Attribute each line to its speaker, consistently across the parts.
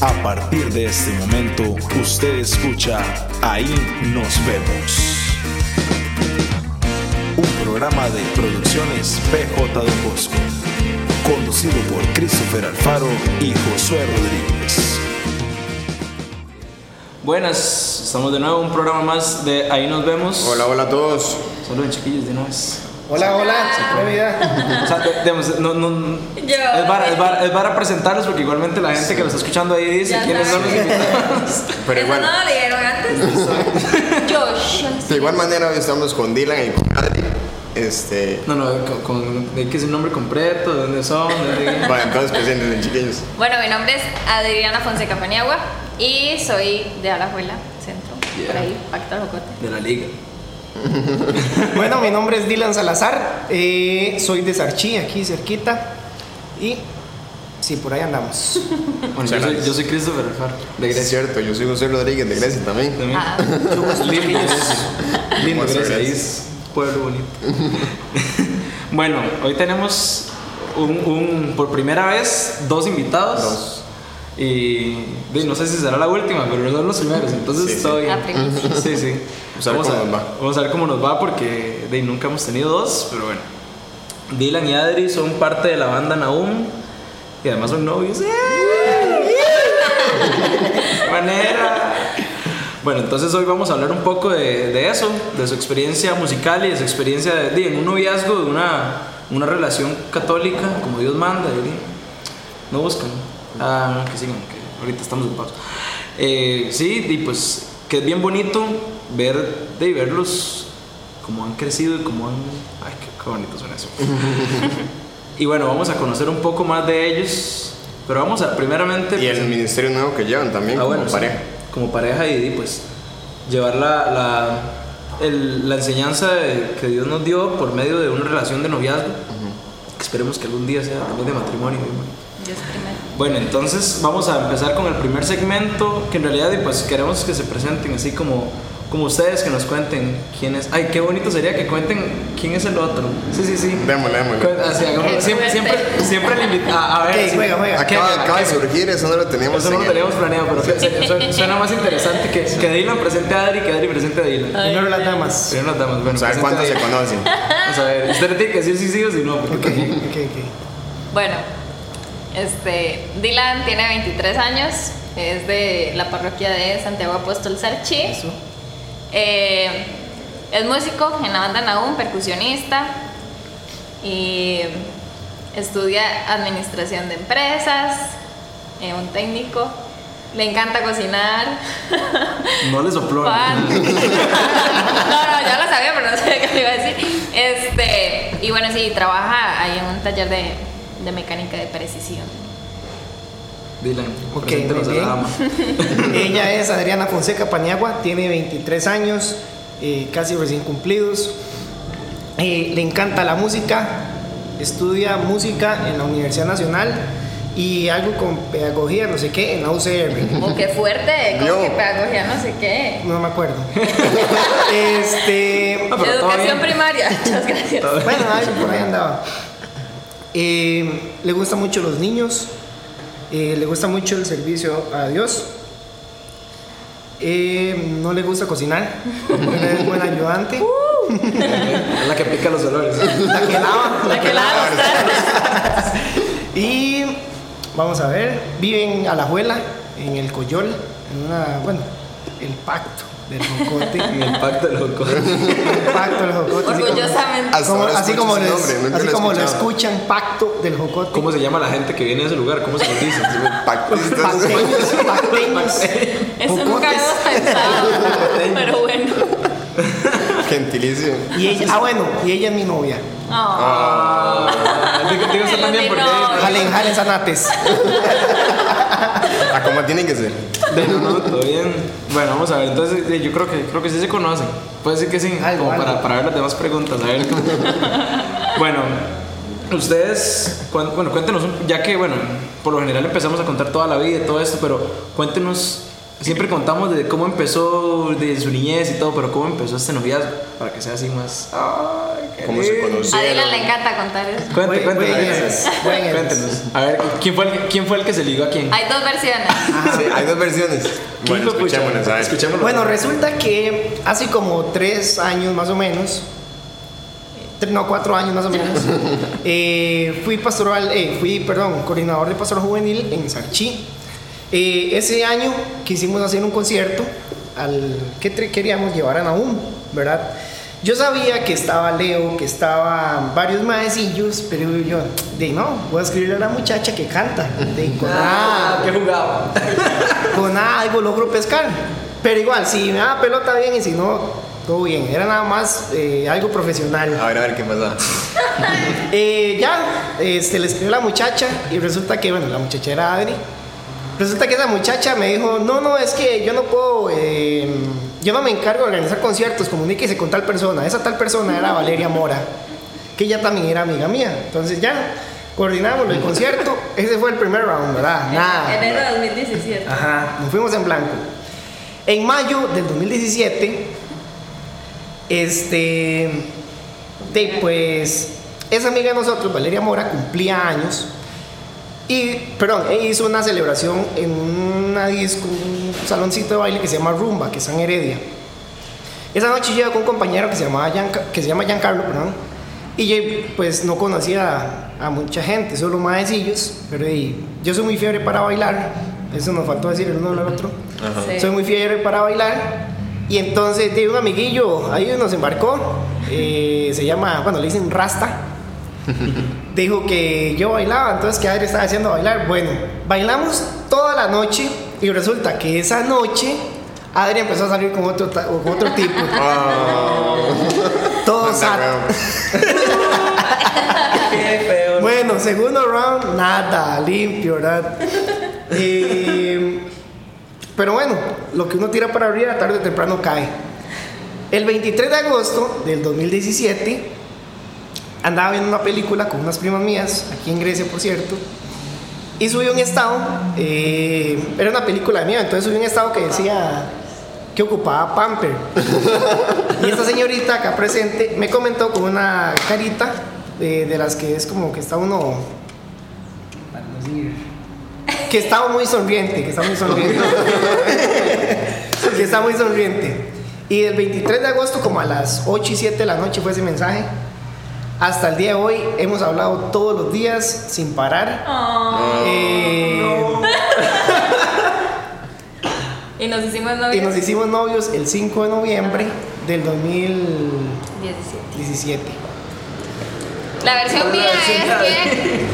Speaker 1: A partir de este momento, usted escucha Ahí nos vemos. Un programa de producciones PJ del Bosco, conducido por Christopher Alfaro y Josué Rodríguez.
Speaker 2: Buenas, estamos de nuevo en un programa más de Ahí nos vemos.
Speaker 3: Hola, hola a todos.
Speaker 2: Saludos chiquillos de nuevo. O
Speaker 4: Hola, hola, buena vida.
Speaker 2: sea, de- digamos, no, no-
Speaker 5: Yo.
Speaker 2: es, para, es, para, es para presentarlos porque igualmente la gente que lo está escuchando ahí dice
Speaker 5: Ya
Speaker 2: quiénes son
Speaker 5: sabe.
Speaker 2: los invitados.
Speaker 3: Pero
Speaker 5: Eso
Speaker 3: igual,
Speaker 5: no lo leyeron antes. Josh.
Speaker 3: de igual manera hoy estamos con Dylan y con Adri. Este,
Speaker 2: No, no, con, con, hay que decir nombre completo, de dónde son, de dónde-
Speaker 3: bueno, entonces preséntense chiquillos.
Speaker 5: Bueno, mi nombre es Adriana Fonseca Paniagua y soy de Alajuela, centro. Por
Speaker 2: Yeah.
Speaker 5: ahí, Pacta Locote.
Speaker 2: de la liga.
Speaker 4: Bueno, mi nombre es Dylan Salazar, eh, soy de Sarchi, aquí cerquita. Y sí, por ahí andamos.
Speaker 2: Bueno, yo soy, yo soy Christopher Alfaro, de
Speaker 3: Es
Speaker 2: Grecia.
Speaker 3: cierto, yo soy José Rodríguez de Grecia también.
Speaker 2: También.
Speaker 5: Ah.
Speaker 2: Lindo, Lindo,
Speaker 3: Muchas
Speaker 2: Grecia, ahí
Speaker 3: gracias.
Speaker 2: es pueblo bonito. bueno, hoy tenemos un, un- por primera vez dos invitados.
Speaker 3: Dos.
Speaker 2: Y, y no sé si será la última, pero son los primeros, entonces
Speaker 3: Sí, sí.
Speaker 2: todo bien.
Speaker 5: La primicia.
Speaker 2: Sí, sí.
Speaker 3: Vamos a ver cómo nos va.
Speaker 2: vamos a ver cómo nos va porque de, ahí, nunca hemos tenido dos, pero bueno. Dylan y Adri son parte de la banda Naum y además son novios. ¡Eh! ¡Qué manera! Bueno, entonces hoy vamos a hablar un poco de, de eso, de su experiencia musical y de su experiencia de, de en un noviazgo, de una, una relación católica, como Dios manda, ¿eh? no buscan. Ah, que sigan, que ahorita estamos ocupados. Eh, sí, y pues que es bien bonito ver, de verlos cómo han crecido y cómo han... Ay, qué, qué bonito suena eso. y bueno, vamos a conocer un poco más de ellos, pero vamos a primeramente... pues,
Speaker 3: Y el
Speaker 2: presentar-
Speaker 3: ministerio nuevo que llevan también
Speaker 2: Ah,
Speaker 3: como
Speaker 2: sí.
Speaker 3: pareja.
Speaker 2: Como pareja y, y, pues llevar la, la, el- la enseñanza de- que Dios nos dio por medio de una relación de noviazgo. que Esperemos que algún día sea también de matrimonio. ¿no?
Speaker 5: Dios primero.
Speaker 2: Bueno, entonces vamos a empezar con el primer segmento, que en realidad y, pues queremos que se presenten así como, como ustedes, que nos cuenten quién es... Ay, qué bonito sería que cuenten quién es el otro. Sí, sí, sí.
Speaker 3: Démosle, démosle.
Speaker 2: Cu- así, hagamos-
Speaker 5: Qué
Speaker 2: siempre, siempre,
Speaker 5: fuerte.
Speaker 2: siempre le invitamos a, a ver.
Speaker 4: Ok,
Speaker 2: sí.
Speaker 4: juega, juega.
Speaker 2: ¿A Ah, qué?
Speaker 3: Acaba,
Speaker 2: ¿A
Speaker 3: acaba de
Speaker 2: qué?
Speaker 3: surgir, eso no lo teníamos.
Speaker 2: Eso no
Speaker 3: en
Speaker 2: lo
Speaker 3: el-
Speaker 2: teníamos planeado, pero se- se- suena, suena más interesante que, que Dylan presente a Adri que Adri presente a Dylan.
Speaker 4: Primero las damas.
Speaker 2: Primero nos damos, bueno,
Speaker 3: O sea,
Speaker 2: presente
Speaker 3: ¿cuántos
Speaker 2: a
Speaker 3: se
Speaker 2: Dylan.
Speaker 3: conocen?
Speaker 2: Vamos a ver, usted le tiene que decir si sí o si no. porque-
Speaker 4: Ok, ok, ok.
Speaker 5: Bueno, este, Dylan tiene 23 años, es de la parroquia de Santiago Apóstol Sarchi. Eh, es músico en la banda Naum, percusionista. Y estudia administración de empresas, eh, un técnico. Le encanta cocinar.
Speaker 2: No le sopló. ¿no?
Speaker 5: Pan. no, no, ya lo sabía, pero no sabía qué le iba a decir. Este, y bueno, sí, trabaja ahí en un taller de, de mecánica de precisión.
Speaker 2: Dylan,
Speaker 4: Ok,
Speaker 2: preséntenos
Speaker 4: muy
Speaker 2: a la
Speaker 4: bien.
Speaker 2: dama.
Speaker 4: Ella es Adriana Fonseca Paniagua, tiene 23 años, eh, casi recién cumplidos. Eh, le encanta la música, estudia música en la Universidad Nacional y algo con pedagogía, no sé qué, en la UCR.
Speaker 5: Como que fuerte, como
Speaker 3: Yo.
Speaker 5: que pedagogía, no sé qué.
Speaker 4: No me acuerdo. este.
Speaker 2: Ah, pero todo
Speaker 5: Educación
Speaker 2: bien.
Speaker 5: primaria, muchas gracias.
Speaker 4: Bueno, ay, por ahí andaba. Eh, le gustan mucho los niños. eh, le gusta mucho el servicio a Dios. Eh, no le gusta cocinar. Es buen ayudante.
Speaker 2: Es la que pica los olores.
Speaker 4: La que lava.
Speaker 5: La que la hago,
Speaker 4: Y vamos a ver, vive en Alajuela, en el Coyol, en una, bueno, el pacto del Jocote.
Speaker 2: En el pacto loco.
Speaker 4: El pacto del Jocote. así como-
Speaker 5: Orgullosamente.
Speaker 3: Hasta
Speaker 4: como-
Speaker 3: ahora
Speaker 4: así
Speaker 3: escucho
Speaker 4: como,
Speaker 3: ese
Speaker 4: les-
Speaker 3: nombre, nunca
Speaker 4: así
Speaker 3: lo he
Speaker 4: como lo
Speaker 3: escuchado.
Speaker 4: escuchan, pacto del Jocote.
Speaker 2: ¿Cómo se llama la gente que viene de ese lugar? ¿Cómo se les dice?
Speaker 3: Pactistas.
Speaker 4: Pacteños, pacteños.
Speaker 5: Eso nunca
Speaker 4: jocotes.
Speaker 5: habíamos pensado. pero bueno.
Speaker 3: Gentilicio.
Speaker 4: Y ella, ah, bueno, y ella es mi novia.
Speaker 5: Oh.
Speaker 2: Ah, digo- digo usted
Speaker 5: Los
Speaker 2: también
Speaker 5: de
Speaker 2: porque...
Speaker 5: no.
Speaker 4: Jalen, jalen zanates.
Speaker 3: A como tienen Ah, que ser.
Speaker 2: De no, no, todo bien. Bueno, vamos a ver. Entonces, eh, yo creo que, creo que sí se conocen. Puede decir que sí,
Speaker 4: Algo,
Speaker 2: como
Speaker 4: algo.
Speaker 2: Para, para ver las demás preguntas. A ver cómo- bueno, ustedes, cuán- bueno, cuéntenos, un- ya que, bueno, por lo general empezamos a contar toda la vida y todo esto, pero cuéntenos, siempre contamos de cómo empezó, de su niñez y todo, pero cómo empezó este noviazgo, para que sea así más. ¡Ay,
Speaker 3: cómo se
Speaker 5: A
Speaker 3: conocieron.
Speaker 5: Dylan le encanta contar eso.
Speaker 2: Cuente,
Speaker 4: Buen-
Speaker 2: cuente.
Speaker 4: buen Eres, buen Eres.
Speaker 2: Cuéntenos. A ver, ¿quién fue, el, ¿quién fue el que se ligó a quién?
Speaker 5: Hay dos versiones.
Speaker 3: Ah, Sí, hay dos versiones. Bueno,
Speaker 2: Hijo de pucha.
Speaker 3: escuchémonos, a ver.
Speaker 2: Escuchémonos.
Speaker 4: Bueno, resulta que hace como tres años más o menos, tre- no, cuatro años más o menos, eh, fui pastoral, eh, fui, perdón, coordinador de pastoral juvenil en Sarchí. Eh, ese año quisimos hacer un concierto al que tre- queríamos llevar a Nahum, ¿verdad? Yo sabía que estaba Leo, que estaban varios maecillos, pero yo, de no, voy a escribirle a la muchacha que canta, de con
Speaker 2: Ah, que jugaba.
Speaker 4: con nada, algo logro pescar. Pero igual, si me da pelota bien y si no, todo bien. Era nada más eh, algo
Speaker 3: A
Speaker 4: profesional.
Speaker 3: ver, a ver qué pasa.
Speaker 4: Eh, ya, este, le escribió la muchacha y resulta que, bueno, la muchacha era Adri. Resulta que esa muchacha me dijo, no, no, es que yo no puedo, eh, yo no me encargo de organizar conciertos, comuníquese con tal persona. Esa tal persona era Valeria Mora, que ella también era amiga mía. Entonces ya, coordinamos el concierto. Ese fue el primer round, ¿verdad? Nada.
Speaker 5: Enero de 2017.
Speaker 4: Ajá, nos fuimos en blanco. En mayo del 2017, este, de, pues, esa amiga de nosotros, Valeria Mora, cumplía años. Y, perdón, e hizo una celebración en una disco, un saloncito de baile que se llama Rumba, que es en Heredia. Esa noche yo iba con un compañero que se, llamaba Gianca- que se llama Giancarlo, perdón, y yo pues no conocía a, a mucha gente, solo maecillos, pero y, yo soy muy fiebre para bailar, eso nos faltó decir el uno al otro,
Speaker 5: Sí.
Speaker 4: soy muy fiebre para bailar, y entonces de un amiguillo, ahí nos embarcó, eh, se llama, bueno, le dicen Rasta, dijo que yo bailaba, entonces que Adri estaba haciendo bailar. Bueno, bailamos toda la noche y resulta que esa noche Adri empezó a salir con otro, ta- con otro tipo.
Speaker 3: Ah.
Speaker 4: Todo sad.
Speaker 2: Qué feo.
Speaker 4: Bueno, segundo round, nada, limpio, ¿verdad? Eh, pero bueno, lo que uno tira para abrir, a tarde o temprano cae. El 23 de agosto del 2017, andaba viendo una película con unas primas mías, aquí en Grecia, por cierto, y subí un estado, eh, era una película mía, entonces subí un estado que decía que ocupaba Pamper. Y esta señorita acá presente me comentó con una carita eh, de las que es como que está uno. Que estaba muy sonriente, que está muy sonriente. que está muy sonriente. Y del 23 de agosto, como a las 8 y 7 de la noche, fue ese mensaje. Hasta el día de hoy hemos hablado todos los días sin parar. Eh,
Speaker 5: Y nos hicimos
Speaker 4: Y nos
Speaker 5: novios.
Speaker 4: hicimos novios el 5 de noviembre del 2017.
Speaker 5: 17. La versión mía es que,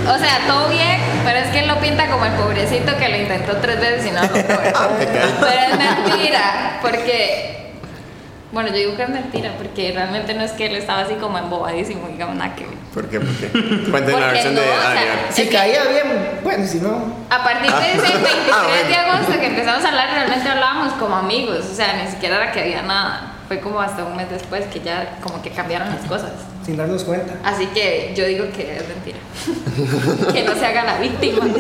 Speaker 5: o sea, todo bien, pero es que él lo pinta como el pobrecito que lo intentó tres veces y no lo
Speaker 3: Ah,
Speaker 5: logró. Pero es mentira, porque, bueno, yo digo que es mentira, porque realmente no es que él estaba así como embobadísimo, digamos, nada que ver.
Speaker 3: ¿Por qué? ¿Por qué? Cuenten la
Speaker 5: Porque
Speaker 3: versión
Speaker 5: no,
Speaker 3: de
Speaker 5: o sea,
Speaker 3: Adrián.
Speaker 4: Si
Speaker 5: Es que-
Speaker 4: caía bien, bueno, si no.
Speaker 5: A partir de ese 23
Speaker 3: Ah, bueno.
Speaker 5: de agosto que empezamos a hablar, realmente hablábamos como amigos, o sea, ni siquiera era que había nada. Fue como hasta un mes después que ya como que cambiaron las cosas.
Speaker 4: Sin darnos cuenta.
Speaker 5: Así que yo digo que es mentira. que no se haga la víctima.
Speaker 2: La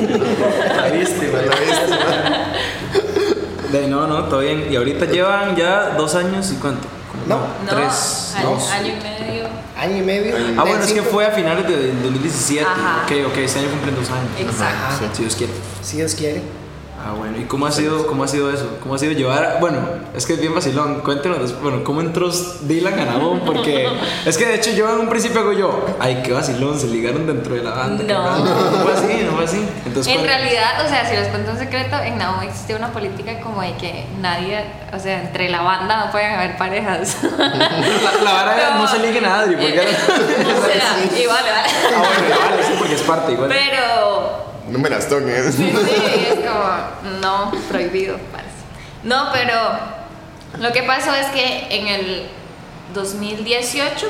Speaker 2: viste, güey.
Speaker 3: ¿La viste?
Speaker 2: De- no, no, todo bien. Y ahorita llevan ya dos años y cuánto? Como
Speaker 4: No.
Speaker 2: Tres.
Speaker 5: año,
Speaker 2: dos.
Speaker 5: año y medio.
Speaker 4: Año y medio.
Speaker 2: Ah, bueno, es que
Speaker 4: Cinco.
Speaker 2: fue a finales de del 2017.
Speaker 5: Ajá.
Speaker 2: Ok, ok, este año cumplen dos años. Ah,
Speaker 5: Exacto.
Speaker 4: Ajá.
Speaker 2: Si Dios quiere.
Speaker 4: Si Dios quiere.
Speaker 2: Ah, bueno, ¿y cómo ha sido, cómo ha sido eso? ¿Cómo ha sido llevar, bueno, es que es bien vacilón, cuéntenos, des- bueno, ¿cómo entró Dylan a Nabón? Porque es que de hecho yo en un principio hago yo, ay, qué vacilón, se ligaron dentro de la banda. qué
Speaker 5: No.
Speaker 2: raro". No fue así, no fue así. Entonces, pues,
Speaker 5: En
Speaker 2: ¿cuál-
Speaker 5: realidad, o sea, si les cuento un secreto, en Naum existía una política como de que nadie, o sea, entre la banda no pueden haber parejas.
Speaker 2: la, la vara era, no se liguen a Adri, porque era...
Speaker 5: o sea, igual,
Speaker 2: ah,
Speaker 5: ¿verdad?
Speaker 2: bueno, vale, sí, porque es parte, igual.
Speaker 5: Pero
Speaker 3: No me las toques.
Speaker 5: Sí, sí, es como, no, prohibido. parce. No, pero lo que pasó es que en el 2018,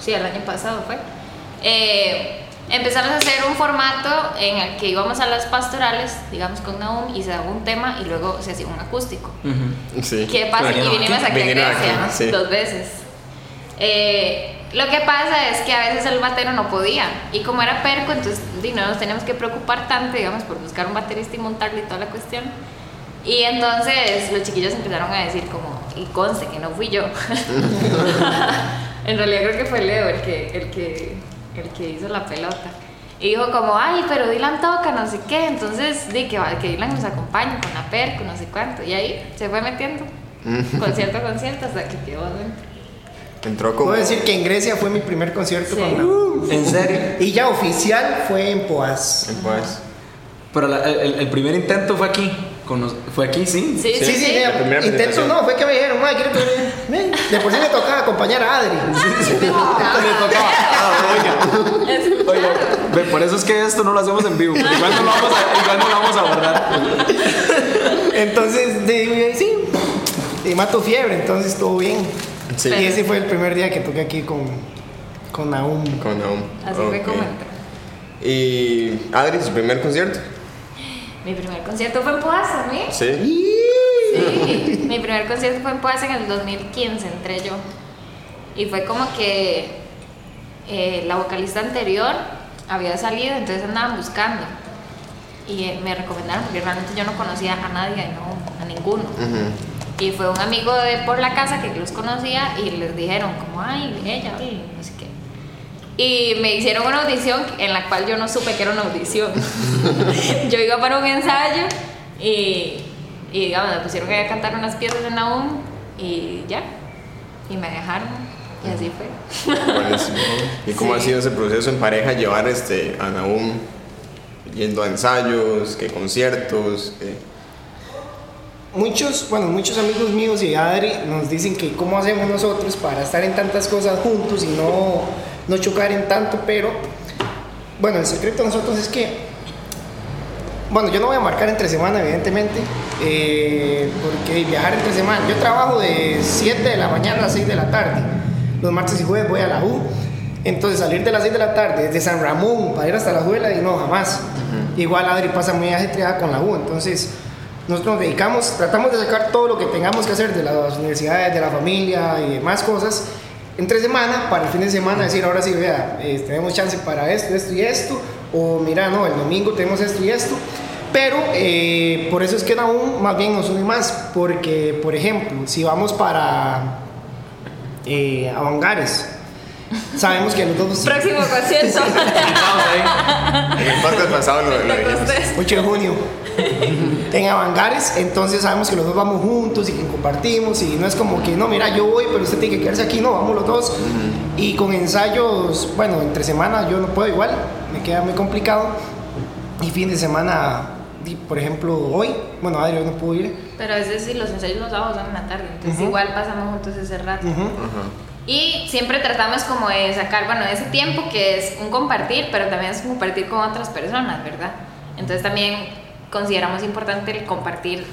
Speaker 5: sí, el año pasado fue, eh, empezamos a hacer un formato en el que íbamos a las pastorales, digamos con Naum, y se daba un tema y luego se hacía un acústico.
Speaker 2: Ujú.
Speaker 3: Sí.
Speaker 5: ¿Qué pasa?
Speaker 2: Vinieron
Speaker 5: Y vinimos
Speaker 3: aquí.
Speaker 5: aquí a
Speaker 3: Vinieron aquí,
Speaker 5: Grecia
Speaker 3: sí.
Speaker 5: dos veces. Eh, lo que pasa es que a veces el batero no podía. Y como era perco, entonces di, no nos teníamos que preocupar tanto, digamos, por buscar un baterista y montarle y toda la cuestión. Y entonces los chiquillos empezaron a decir como, y conste que no fui yo. En realidad creo que fue Leo el que, el que, el que hizo la pelota. Y dijo como, ay, pero Dylan toca, no sé qué. Entonces, di que, va- que Dylan nos acompañe con la perco, no sé cuánto. Y ahí se fue metiendo. Concierto a concierto hasta que quedó adentro.
Speaker 3: Entró como.
Speaker 4: Puedo decir que en Grecia fue mi primer concierto
Speaker 5: Sí.
Speaker 4: con la-
Speaker 2: En serio.
Speaker 4: Y ya oficial fue en Poas.
Speaker 3: Pues.
Speaker 2: Pero la- el, el primer intento fue aquí. con los- fue aquí, sí.
Speaker 5: Sí, sí, sí.
Speaker 4: mira,
Speaker 3: la primera
Speaker 4: intento
Speaker 3: presentación.
Speaker 4: no, fue que me dijeron, "Mae, quiero que ven". De por sí me tocaba acompañar a Adri.
Speaker 5: Es-
Speaker 2: Oye, ve, por eso es que esto no lo hacemos en vivo. porque Igual no lo vamos a, igual no lo vamos a borrar.
Speaker 4: Entonces, de, sí, y mato fiebre, entonces todo bien.
Speaker 3: Sí.
Speaker 4: Y ese fue el primer día que toqué aquí con, con Nahum.
Speaker 3: Con Naum.
Speaker 5: Así fue
Speaker 3: Ok.
Speaker 5: como entró.
Speaker 3: Y. Adri, su primer concierto.
Speaker 5: Mi primer concierto fue en Poas también.
Speaker 3: Sí.
Speaker 5: Sí, mi primer concierto fue en Poas en el 2015, entré yo. Y fue como que eh, la vocalista anterior había salido, entonces andaban buscando. Y eh, me recomendaron, porque realmente yo no conocía a nadie, no, a ninguno.
Speaker 3: Ujú.
Speaker 5: Y fue un amigo de por la casa que los conocía y les dijeron como, ay, ella, ay", no sé qué. Y me hicieron una audición en la cual yo no supe que era una audición. yo iba para un ensayo y, y digamos, me pusieron a cantar unas piezas en la UN y ya. Y me dejaron. Y así fue.
Speaker 3: Buenísimo. ¿Y cómo
Speaker 5: Sí.
Speaker 3: ha sido ese proceso en pareja llevar este, a Naum yendo a ensayos, que conciertos? que-
Speaker 4: Muchos, bueno, muchos amigos míos y Adri nos dicen que cómo hacemos nosotros para estar en tantas cosas juntos y no, no chocar en tanto, pero bueno, el secreto de nosotros es que, bueno, yo no voy a marcar entre semana, evidentemente, eh, porque viajar entre semana, yo trabajo de 7 de la mañana a 6 de la tarde, los martes y jueves voy a la U, entonces salir de las 6 de la tarde desde San Ramón para ir hasta la escuela y no, jamás. Igual Adri pasa muy ajetreada con la U, entonces nosotros nos dedicamos, tratamos de sacar todo lo que tengamos que hacer de las universidades, de la familia y demás cosas entre semana para el fin de semana decir ahora sí vea eh, tenemos chance para esto esto y esto o mira no el domingo tenemos esto y esto pero eh, por eso es que aún más bien nos une más porque por ejemplo si vamos para eh, a Bangares sabemos que los dos
Speaker 5: Próximo concierto.
Speaker 2: Vamos ahí.
Speaker 3: En el podcast pasado lo, lo dijimos.
Speaker 4: 8 de junio en Avangares, entonces sabemos que los dos vamos juntos y que compartimos y no es como que no, mira, yo voy, pero usted tiene que quedarse aquí, no, vamos los dos. Y con ensayos, bueno, entre semana yo no puedo igual, me queda muy complicado. Y fin de semana, di- por ejemplo, hoy, bueno, Adri hoy no pudo ir.
Speaker 5: Pero a veces sí, los ensayos los sábados son en la tarde, entonces
Speaker 4: Ujú.
Speaker 5: igual pasamos juntos ese rato.
Speaker 4: Ujú.
Speaker 5: Y siempre tratamos como de sacar, bueno, ese tiempo que es un compartir, pero también es un compartir con otras personas, ¿verdad? Entonces también consideramos importante el compartir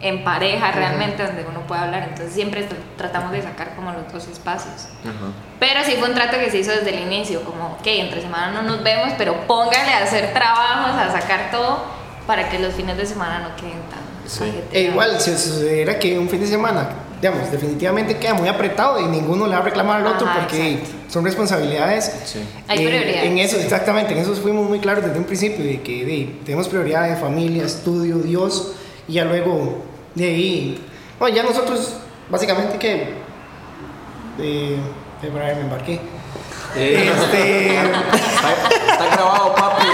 Speaker 5: en pareja realmente, donde uno pueda hablar. Entonces siempre tr- tratamos de sacar como los dos espacios. Pero sí fue un trato que se hizo desde el inicio, como, ok, entre semana no nos vemos, pero póngale a hacer trabajos, a sacar todo, para que los fines de semana no queden tan...
Speaker 3: Sí.
Speaker 5: ajetreados.
Speaker 4: E igual, si sucediera que un fin de semana, digamos, definitivamente queda muy apretado y ninguno le va a reclamar al otro
Speaker 5: Ajá,
Speaker 4: porque
Speaker 5: exacto.
Speaker 4: son responsabilidades.
Speaker 5: Hay
Speaker 4: Eh,
Speaker 5: prioridades.
Speaker 4: En eso, exactamente, en eso fuimos muy claros desde un principio, de que de, tenemos prioridades, familia, estudio, Dios, y ya luego de ahí, bueno, ya nosotros básicamente que... Eh, Februario me embarqué.
Speaker 2: Eh,
Speaker 4: Este...
Speaker 2: está, está grabado, papi.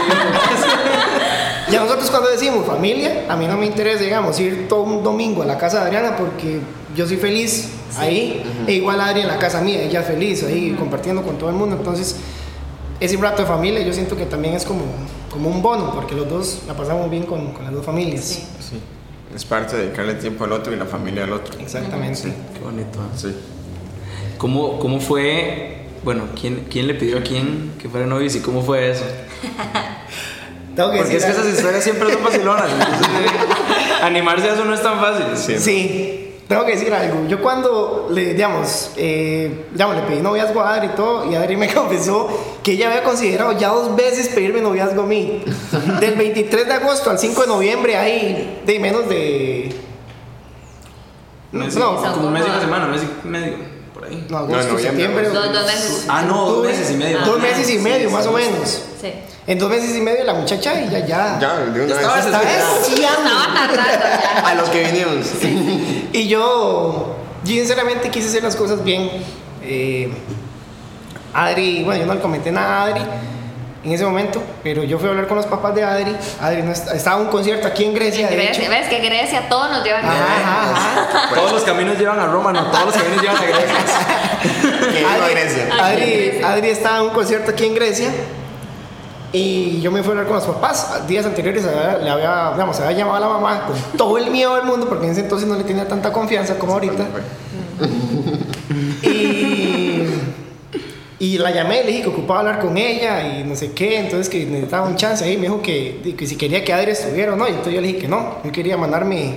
Speaker 4: Ya nosotros cuando decimos familia, a mí no me interesa, digamos, ir todo un domingo a la casa de Adriana porque yo soy feliz ahí, e igual Adri en la casa mía, ella es feliz ahí compartiendo con todo el mundo, entonces ese rato de familia yo siento que también es como, como un bono porque los dos la pasamos bien con, con las dos familias.
Speaker 5: Sí.
Speaker 3: Sí. Es parte de dedicarle tiempo al otro y la familia al otro.
Speaker 4: Exactamente.
Speaker 3: Sí.
Speaker 2: Qué bonito. ¿eh?
Speaker 3: Sí.
Speaker 2: ¿Cómo, cómo fue? Bueno, ¿quién, ¿quién le pidió a quién que fuera novios y cómo fue eso?
Speaker 4: Tengo que
Speaker 2: Porque es
Speaker 4: decir
Speaker 2: que esas
Speaker 4: algo.
Speaker 2: historias siempre son vacilonas. entonces, eh, animarse a eso no es tan fácil.
Speaker 3: Sí.
Speaker 4: Sí, tengo que decir algo. Yo cuando le, digamos, eh, digamos, le pedí noviazgo a Adri y todo, y Adri me confesó que ella había considerado ya dos veces pedirme noviazgo a mí. Del 23 de agosto al 5 de noviembre hay de menos de...
Speaker 2: Un mes y-
Speaker 4: No,
Speaker 2: como un mes y una semana, un mes y medio, por ahí.
Speaker 4: no, agosto,
Speaker 3: No, noviembre,
Speaker 4: septiembre...
Speaker 3: agosto.
Speaker 5: Dos, dos meses.
Speaker 2: Ah, no, dos
Speaker 4: octubre,
Speaker 2: meses y medio.
Speaker 4: Dos meses y
Speaker 2: Sí,
Speaker 4: medio,
Speaker 2: sí,
Speaker 4: más o
Speaker 2: sí.
Speaker 4: menos.
Speaker 5: Sí.
Speaker 4: En dos meses y medio la muchacha y ya, ya.
Speaker 3: Ya, de una
Speaker 2: Estaba
Speaker 3: vez.
Speaker 4: Está deseando.
Speaker 5: Estaba tardando ya.
Speaker 3: A los que vinimos.
Speaker 4: Y yo, yo sinceramente quise hacer las cosas bien. Eh, Adri, bueno, yo no le comenté nada a Adri en ese momento, pero yo fui a hablar con los papás de Adri. Adri no est- estaba en un concierto aquí en Grecia, de hecho.
Speaker 5: Grecia, Ah, ¿Ves que Grecia todos nos llevan a
Speaker 4: Ajá,
Speaker 5: Grecia?
Speaker 4: ajá, ajá.
Speaker 2: Todos los caminos llevan a Roma, no, todos los caminos llevan a Grecia.
Speaker 3: Que iba a Grecia.
Speaker 5: Aquí Ah, en
Speaker 4: Adri,
Speaker 5: Grecia.
Speaker 4: Adri estaba en un concierto aquí en Grecia y yo me fui a hablar con los papás. Días anteriores había- le había, digamos, había llamado a la mamá con todo el miedo del mundo porque en ese entonces no le tenía tanta confianza como ahorita.
Speaker 3: Pues,
Speaker 4: Y, y la llamé, le dije que ocupaba hablar con ella y no sé qué, entonces que necesitaba un chance ahí. Me dijo que, que si quería que Adri estuviera o no. Y entonces yo le dije que no, yo quería mandarme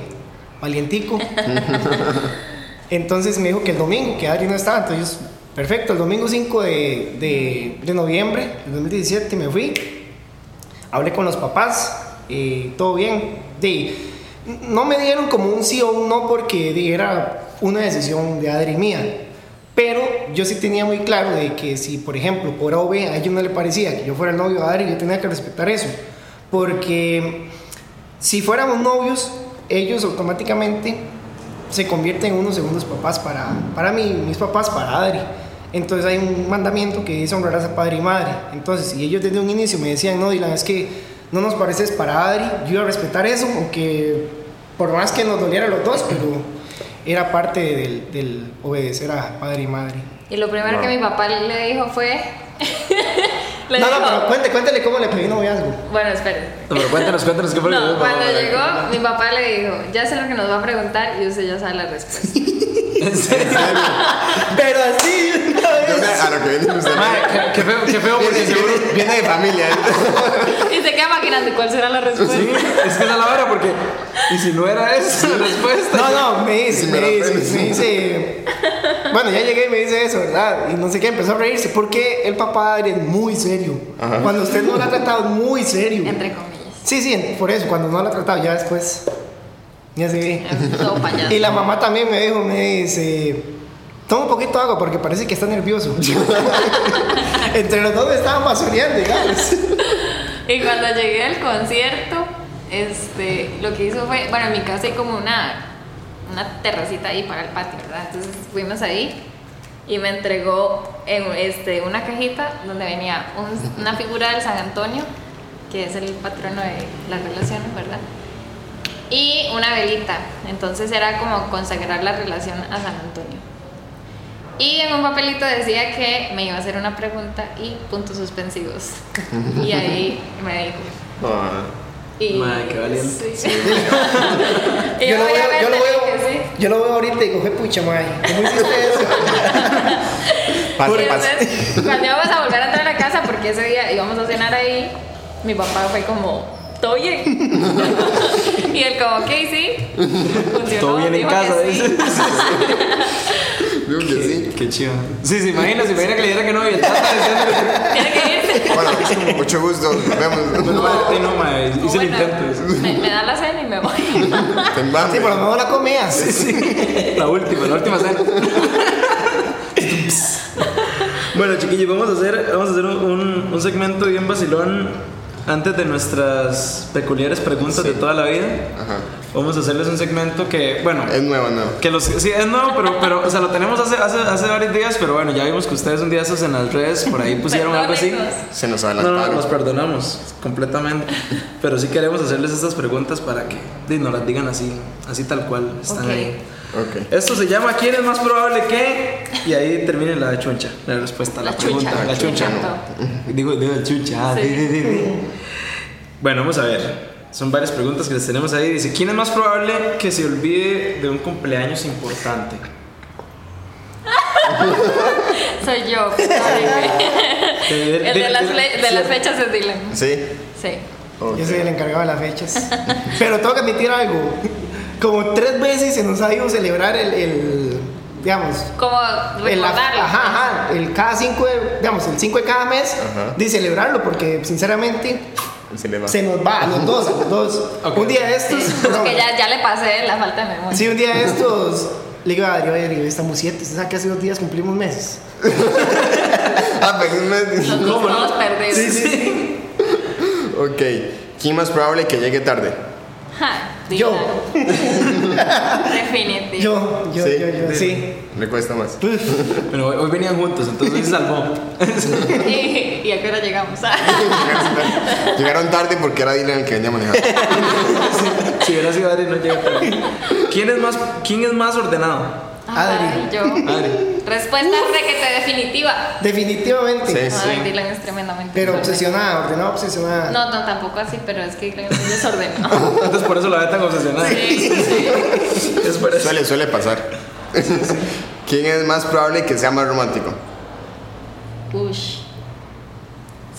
Speaker 4: valientico. Entonces me dijo que el domingo, que Adri no estaba, entonces yo, perfecto, el domingo 5 de, de, de noviembre del 2017 me fui, hablé con los papás, eh, todo bien. De, no me dieron como un sí o un no porque de, era una decisión de Adri mía, pero yo sí tenía muy claro de que si, por ejemplo, por A o B, a ellos no le parecía que yo fuera el novio de Adri, yo tenía que respetar eso, porque si fuéramos novios, ellos automáticamente se convierten en unos segundos papás para, para mí, mis papás para Adri. Entonces hay un mandamiento que dice honrar a padre y madre. Entonces, si ellos desde un inicio me decían, no, Dylan, es que no nos pareces para Adri, yo iba a respetar eso, aunque por más que nos doliera a los dos, pero era parte del, del obedecer a padre y madre.
Speaker 5: Y lo primero que mi papá le dijo fue. le
Speaker 4: no, no,
Speaker 5: dijo-
Speaker 4: pero cuente, cuéntale cómo le pedí noviazgo.
Speaker 5: Bueno, esperen.
Speaker 2: No, pero cuéntanos, cuéntanos qué fue lo que
Speaker 5: No,
Speaker 2: dijo
Speaker 5: cuando
Speaker 2: Pablo.
Speaker 5: llegó, mi papá le dijo, ya sé lo que nos va a preguntar y usted ya sabe la respuesta.
Speaker 2: ¿En serio?
Speaker 4: Pero así, de una
Speaker 3: Yo sé
Speaker 4: vez.
Speaker 3: a lo que viene usted.
Speaker 2: Mae, qué, qué feo, qué feo, porque
Speaker 3: Viene,
Speaker 2: seguro.
Speaker 3: viene- viene de familia. ¿eh?
Speaker 5: y se queda maquinando cuál será la respuesta.
Speaker 2: Sí, es que esa es la hora, porque. Y si no era esa la respuesta.
Speaker 4: No, no, me dice,
Speaker 3: Si
Speaker 4: me,
Speaker 3: me la
Speaker 4: dice,
Speaker 3: aprendes.
Speaker 4: me dice. Bueno, ya llegué y me dice eso, ¿verdad? Y no sé qué, empezó a reírse. Porque el papá de Adri es muy serio. Cuando usted no lo ha tratado, es muy serio.
Speaker 5: Entre comillas.
Speaker 4: Sí, sí, por eso, cuando no lo ha tratado, ya después. Ya se ve.
Speaker 5: Es Todo payaso.
Speaker 4: Y la mamá también me dijo, me dice. Toma un poquito de agua porque parece que está nervioso. Entre los dos me estaban basureando, digamos.
Speaker 5: Y cuando llegué al concierto, este, lo que hizo fue, bueno, en mi casa hay como una, una terracita ahí para el patio, ¿verdad? Entonces fuimos ahí y me entregó en, este, una cajita donde venía un- una figura del San Antonio, que es el patrono de las relaciones, ¿verdad? Y una velita, entonces era como consagrar la relación a San Antonio. Y en un papelito decía que me iba a hacer una pregunta y puntos suspensivos. Y ahí me dijo.
Speaker 3: Ah,
Speaker 5: Y,
Speaker 2: Madre, qué valiente.
Speaker 5: Sí. Y
Speaker 4: Yo lo, veo, yo, lo
Speaker 5: obviamente
Speaker 4: veo,
Speaker 5: dije sí.
Speaker 4: yo lo veo ahorita y digo, "Jue pucha, madre, ¿cómo hiciste eso?
Speaker 3: Pase,
Speaker 5: Y
Speaker 3: pase.
Speaker 5: entonces, cuando íbamos a volver a entrar a la casa, porque ese día íbamos a cenar ahí, mi papá fue como, ¿todo bien? y él como, ok, sí. Funcionó,
Speaker 2: Todo bien en
Speaker 5: dijo que
Speaker 2: casa,
Speaker 5: sí.
Speaker 2: dice.
Speaker 3: Digo que sí.
Speaker 2: Qué chido. Sí, sí, imagínate, imagina que le diera que no y el tata diciendo
Speaker 5: Tiene que irse.
Speaker 3: Bueno, mucho gusto. Nos
Speaker 2: que no,
Speaker 3: vemos.
Speaker 2: mae, no, mae, hice el
Speaker 5: Bueno,
Speaker 2: intento.
Speaker 5: me, me da la cena y me voy.
Speaker 3: Temblando.
Speaker 4: Sí, por lo menos la comías.
Speaker 2: La última, la última sal. Bueno, chiquillos, vamos a hacer, vamos a hacer un, un- un segmento bien vacilón antes de nuestras peculiares preguntas de toda la vida.
Speaker 3: Ajá.
Speaker 2: Vamos a hacerles un segmento que, bueno,
Speaker 3: Es nuevo, no.
Speaker 2: que los, sí, es nuevo, pero, pero o sea, lo tenemos hace, hace, hace varios días, pero bueno, ya vimos que ustedes un día esos en las redes por ahí pusieron algo así.
Speaker 5: Perdónenos.
Speaker 3: Se nos
Speaker 2: No, no,
Speaker 3: adelantaron.
Speaker 2: nos perdonamos completamente, pero sí queremos hacerles estas preguntas para que di, nos las digan así, así tal cual están
Speaker 5: Ok.
Speaker 2: ahí.
Speaker 3: Ok.
Speaker 2: Esto se llama ¿Quién es más probable que? Y ahí termina la chuncha, la respuesta a la,
Speaker 5: La
Speaker 2: pregunta.
Speaker 5: chuncha,
Speaker 2: la
Speaker 5: me
Speaker 2: chuncha.
Speaker 5: encantó.
Speaker 2: Digo, digo, la chuncha. ah,
Speaker 5: Sí.
Speaker 2: di, di, di, di. Bueno, vamos a ver. Son varias preguntas que les tenemos ahí. Dice, ¿quién es más probable que se olvide de un cumpleaños importante?
Speaker 5: Soy yo. sorry.
Speaker 2: Eh,
Speaker 5: El de las, fle- de las fechas es Dylan.
Speaker 3: Sí.
Speaker 5: Sí.
Speaker 3: Ok.
Speaker 4: Yo soy el encargado de las fechas. Pero tengo que admitir algo. Como tres veces se nos ha ido a celebrar el, el, digamos,
Speaker 5: Como
Speaker 4: el,
Speaker 5: recordarlo.
Speaker 4: ajá, ajá, el cada cinco, de- digamos, el cinco de cada mes
Speaker 3: Ajá.
Speaker 4: de celebrarlo porque sinceramente
Speaker 3: Se le va.
Speaker 4: se nos va a los dos, a los dos.
Speaker 2: Ok.
Speaker 4: Un día de estos,
Speaker 5: Sí,
Speaker 4: no,
Speaker 5: porque Pues ya, ya le pasé la falta de memoria.
Speaker 4: sí, un día de estos, le digo a Adri, oye, Adri, hoy estamos siete, usted sabe que hace dos días cumplimos meses.
Speaker 3: Ah, pues, un mes.
Speaker 5: Los dos todos perdidos.
Speaker 4: sí.
Speaker 3: Ok. ¿Quién más probable que llegue tarde?
Speaker 5: Ja,
Speaker 4: Yo.
Speaker 5: Dylan. Definitivo.
Speaker 4: Yo, yo, yo, yo, sí.
Speaker 3: Me cuesta más.
Speaker 2: Pero hoy, hoy venían juntos, entonces se salvó.
Speaker 5: Y, y a qué hora llegamos. Ah,
Speaker 3: Llegaron tarde porque era Dylan el que venía manejando.
Speaker 2: si hubiera sido Adri, no llega tarde. ¿Quién es más, quién es más ordenado?
Speaker 5: Ay, yo.
Speaker 2: Adri.
Speaker 5: Respuesta requete definitiva.
Speaker 4: Definitivamente.
Speaker 3: Sí.
Speaker 5: Ay, Dylan es tremendamente.
Speaker 4: Pero pues,
Speaker 5: desordenado.
Speaker 4: obsesionada, ordenada, obsesionada.
Speaker 5: No, no, tampoco así, pero es que Dylan es muy desordenado.
Speaker 2: Entonces por eso la ve tan obsesionada. Es por eso.
Speaker 3: Suele, suele pasar. ¿Quién es más probable que sea más romántico?
Speaker 5: Ush.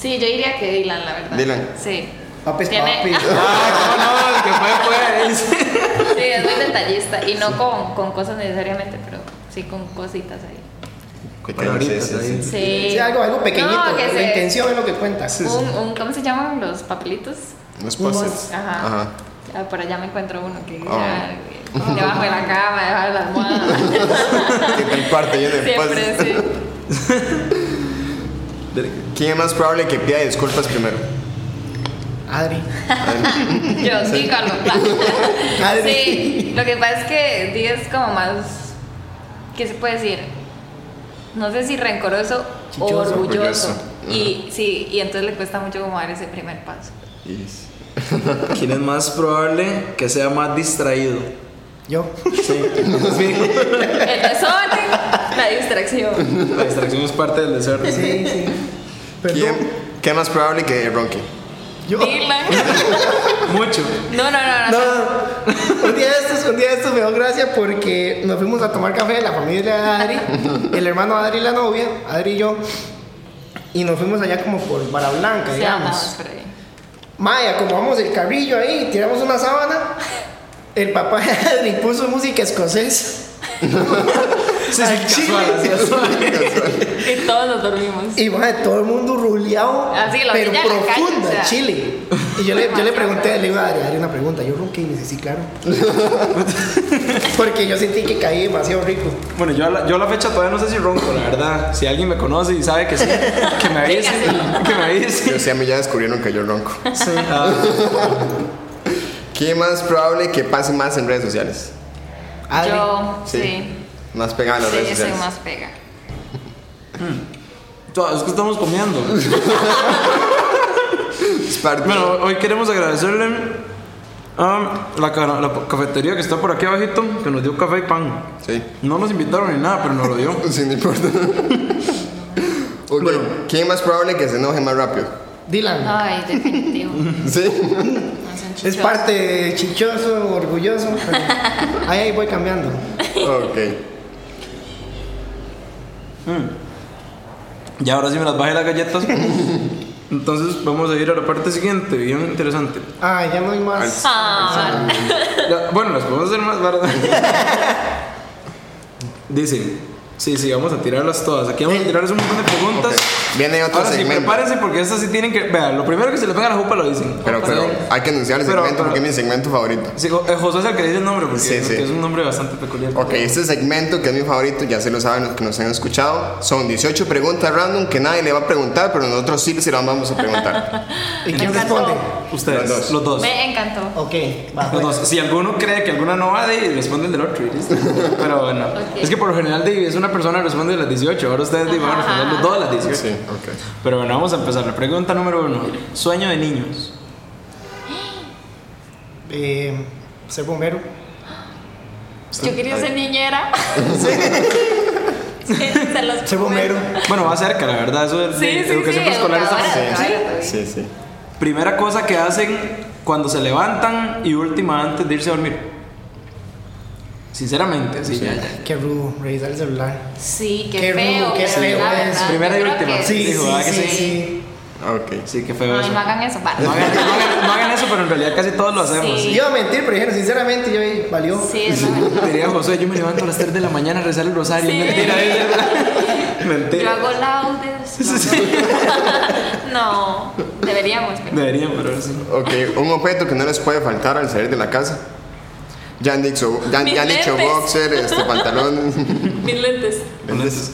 Speaker 5: Sí, yo diría que Dylan, la verdad.
Speaker 3: Dylan.
Speaker 5: Sí.
Speaker 4: Papis,
Speaker 5: Tiene-
Speaker 4: papis.
Speaker 2: Ah, no, no, el que fue fue.
Speaker 5: Sí, es muy detallista. Y no con, con cosas necesariamente, pero sí con cositas ahí.
Speaker 2: Palabritas
Speaker 3: Sí, sí,
Speaker 2: ahí.
Speaker 3: sí.
Speaker 5: Sí.
Speaker 4: Sí, algo, algo pequeñito.
Speaker 5: No, que
Speaker 4: la
Speaker 5: se-
Speaker 4: intención es lo que cuenta.
Speaker 5: Un, un- ¿Cómo se llaman los papelitos?
Speaker 3: Los posits.
Speaker 5: Ajá.
Speaker 3: Ajá.
Speaker 5: Ah, por allá me encuentro uno que
Speaker 3: Ah.
Speaker 5: ya, debajo de la cama, debajo de la almohada.
Speaker 3: Que tal parte lleno de
Speaker 5: Siempre,
Speaker 3: posits.
Speaker 5: sí.
Speaker 3: ¿Quién es más probable que pida disculpas primero?
Speaker 4: Adri.
Speaker 5: Yo, sí, Carlos.
Speaker 4: Adri.
Speaker 5: Sí, lo que pasa es que Di es como más. ¿Qué se puede decir? No sé si rencoroso o
Speaker 4: Chichoso.
Speaker 5: orgulloso.
Speaker 3: Orgulloso.
Speaker 5: Y sí, y entonces le cuesta mucho como dar ese primer paso.
Speaker 3: Y-
Speaker 2: ¿Quién es más probable que sea más distraído?
Speaker 4: Yo.
Speaker 2: Sí.
Speaker 5: El desorden, la distracción.
Speaker 2: La distracción es parte del desorden.
Speaker 4: Sí, sí.
Speaker 3: ¿Quién,
Speaker 4: Perdón.
Speaker 3: ¿Qué es más probable que ronque?
Speaker 4: Yo.
Speaker 5: Dylan.
Speaker 2: Mucho.
Speaker 5: No, no, no, no.
Speaker 4: No, un día de estos, un día de estos me dio gracia porque nos fuimos a tomar café, la familia de Adri, el hermano de Adri y la novia, Adri y yo, y nos fuimos allá como por Vara Blanca,
Speaker 5: Sí, andamos
Speaker 4: digamos.
Speaker 5: por ahí.
Speaker 4: Maya, acomodamos el carrillo ahí, tiramos una sábana, el papá de Adri puso música escocesa
Speaker 2: Sí,
Speaker 4: Al
Speaker 2: sí, casual,
Speaker 4: chile.
Speaker 2: así, casual.
Speaker 5: Y todos nos dormimos.
Speaker 4: y madre, todo el mundo ruleado,
Speaker 5: Así, Ah, la
Speaker 4: pero
Speaker 5: orilla de la calle,
Speaker 4: profundo,
Speaker 5: o sea.
Speaker 4: al chile. Y yo le, yo le pregunté, le iba a Adri, Adri, una pregunta, yo ronqué y me dice, sí, claro. Porque yo sentí que caí demasiado rico.
Speaker 2: Bueno, yo a, la, yo a la fecha todavía no sé si ronco, la verdad. Si alguien me conoce y sabe que sí, que me avise. que me
Speaker 3: Yo
Speaker 2: avise.
Speaker 3: sé, a mí ya descubrieron que yo ronco.
Speaker 2: Sí, ah,
Speaker 3: ¿Quién es más probable que pase más en redes sociales?
Speaker 4: Adri.
Speaker 5: Yo, sí.
Speaker 3: Más pegado a las redes
Speaker 5: Sí, soy
Speaker 3: sociales.
Speaker 5: más pega.
Speaker 2: to- es que estamos comiendo.
Speaker 3: Es parte-
Speaker 2: Bueno, hoy queremos agradecerle a la, ca- la cafetería que está por aquí abajito, que nos dio café y pan.
Speaker 3: Sí,
Speaker 2: No nos invitaron ni nada, pero nos lo dio.
Speaker 3: sí, no importa. Ok, ¿quién es más probable que se enoje más rápido?
Speaker 4: Dylan.
Speaker 5: Ay, definitivo.
Speaker 3: Sí.
Speaker 5: No son
Speaker 4: Es
Speaker 5: chichosos.
Speaker 4: parte de chichoso, orgulloso. pero ahí, ahí voy cambiando.
Speaker 3: Ok.
Speaker 2: Ya ahora sí me las bajé las galletas. Entonces vamos a ir a la parte siguiente, bien interesante.
Speaker 4: Ah, ya no hay más.
Speaker 5: Ah,
Speaker 2: Ya, bueno, las podemos hacer más baratas. Dice, sí, sí, vamos a tirarlas todas. Aquí vamos a tirarles un montón de preguntas.
Speaker 3: Ok. Viene otro
Speaker 2: Ahora sí,
Speaker 3: segmento.
Speaker 2: prepárense porque estas sí tienen que. Vean, lo primero que se le pega a la jupa lo dicen.
Speaker 3: Pero, pero hay que anunciar el
Speaker 2: Pero-
Speaker 3: segmento porque es
Speaker 2: pero-
Speaker 3: mi segmento favorito.
Speaker 2: Sí, jo- eh, José es el que dice el nombre porque,
Speaker 3: Sí, sí.
Speaker 2: porque es un nombre bastante peculiar.
Speaker 3: Ok, este segmento que es mi favorito, ya se lo saben los que nos han escuchado, son 18 preguntas random que nadie le va a preguntar, pero nosotros sí se las vamos a preguntar.
Speaker 4: ¿Y
Speaker 5: Me
Speaker 4: quién
Speaker 5: encantó.
Speaker 4: responde?
Speaker 2: Ustedes,
Speaker 3: Los dos.
Speaker 2: los dos.
Speaker 5: me encantó.
Speaker 4: Ok, va.
Speaker 2: Los
Speaker 4: bueno.
Speaker 2: dos. Si alguno cree que alguna no va, de, responde el del otro. y listo. Pero bueno,
Speaker 5: Ok.
Speaker 2: es que por lo general de, es una persona que responde de las 18. Ahora ustedes de, van a responder los dos a las 18.
Speaker 3: Sí, ok.
Speaker 2: Pero bueno, vamos a empezar. La pregunta número uno: Sueño de niños.
Speaker 4: Eh, ser bombero.
Speaker 5: Yo quería ser niñera. Sí, se los
Speaker 4: Ser bombero.
Speaker 2: Bueno, va cerca, la verdad, eso de,
Speaker 5: Sí,
Speaker 2: de
Speaker 5: sí,
Speaker 2: educación
Speaker 5: sí,
Speaker 2: preescolar está
Speaker 5: educadora.
Speaker 2: muy-
Speaker 5: Ay,
Speaker 3: Sí, sí.
Speaker 2: Primera cosa que hacen cuando se levantan y última antes de irse a dormir. Sinceramente, sí, ya, ya.
Speaker 4: Qué rudo, revisar el celular.
Speaker 5: Sí, qué,
Speaker 4: Qué
Speaker 5: feo.
Speaker 4: rudo, qué
Speaker 5: pero
Speaker 4: feo
Speaker 5: la
Speaker 4: es.
Speaker 5: verdad,
Speaker 2: Primera y
Speaker 5: yo creo
Speaker 2: última.
Speaker 5: que-
Speaker 4: Sí, sí,
Speaker 2: Dijo, ah, que
Speaker 4: sí, sí.
Speaker 2: sí.
Speaker 3: Ok.
Speaker 2: Sí, qué feo
Speaker 5: Ay,
Speaker 2: eso.
Speaker 5: no hagan eso, para.
Speaker 2: No hagan, no hagan- no hagan eso, pero en realidad casi todos lo hacemos.
Speaker 5: Sí.
Speaker 4: Iba a mentir, pero dijeron, sinceramente, yo ahí valió.
Speaker 5: Sí, es la verdad.
Speaker 2: Diría José, yo me levanto a las 3 de la mañana a rezar el rosario.
Speaker 5: Sí.
Speaker 2: Mentira, es verdad.
Speaker 5: Yo
Speaker 2: Mentira.
Speaker 5: hago laudes. lo hago- No, deberíamos. pero-
Speaker 2: Deberían, pero sí.
Speaker 3: Ok, un objeto que no les puede faltar al salir de la casa. Ya han dicho, ya,
Speaker 5: Mis
Speaker 3: ya han dicho
Speaker 5: lentes.
Speaker 3: boxer, este pantalón.
Speaker 5: Mis lentes.
Speaker 3: Entonces,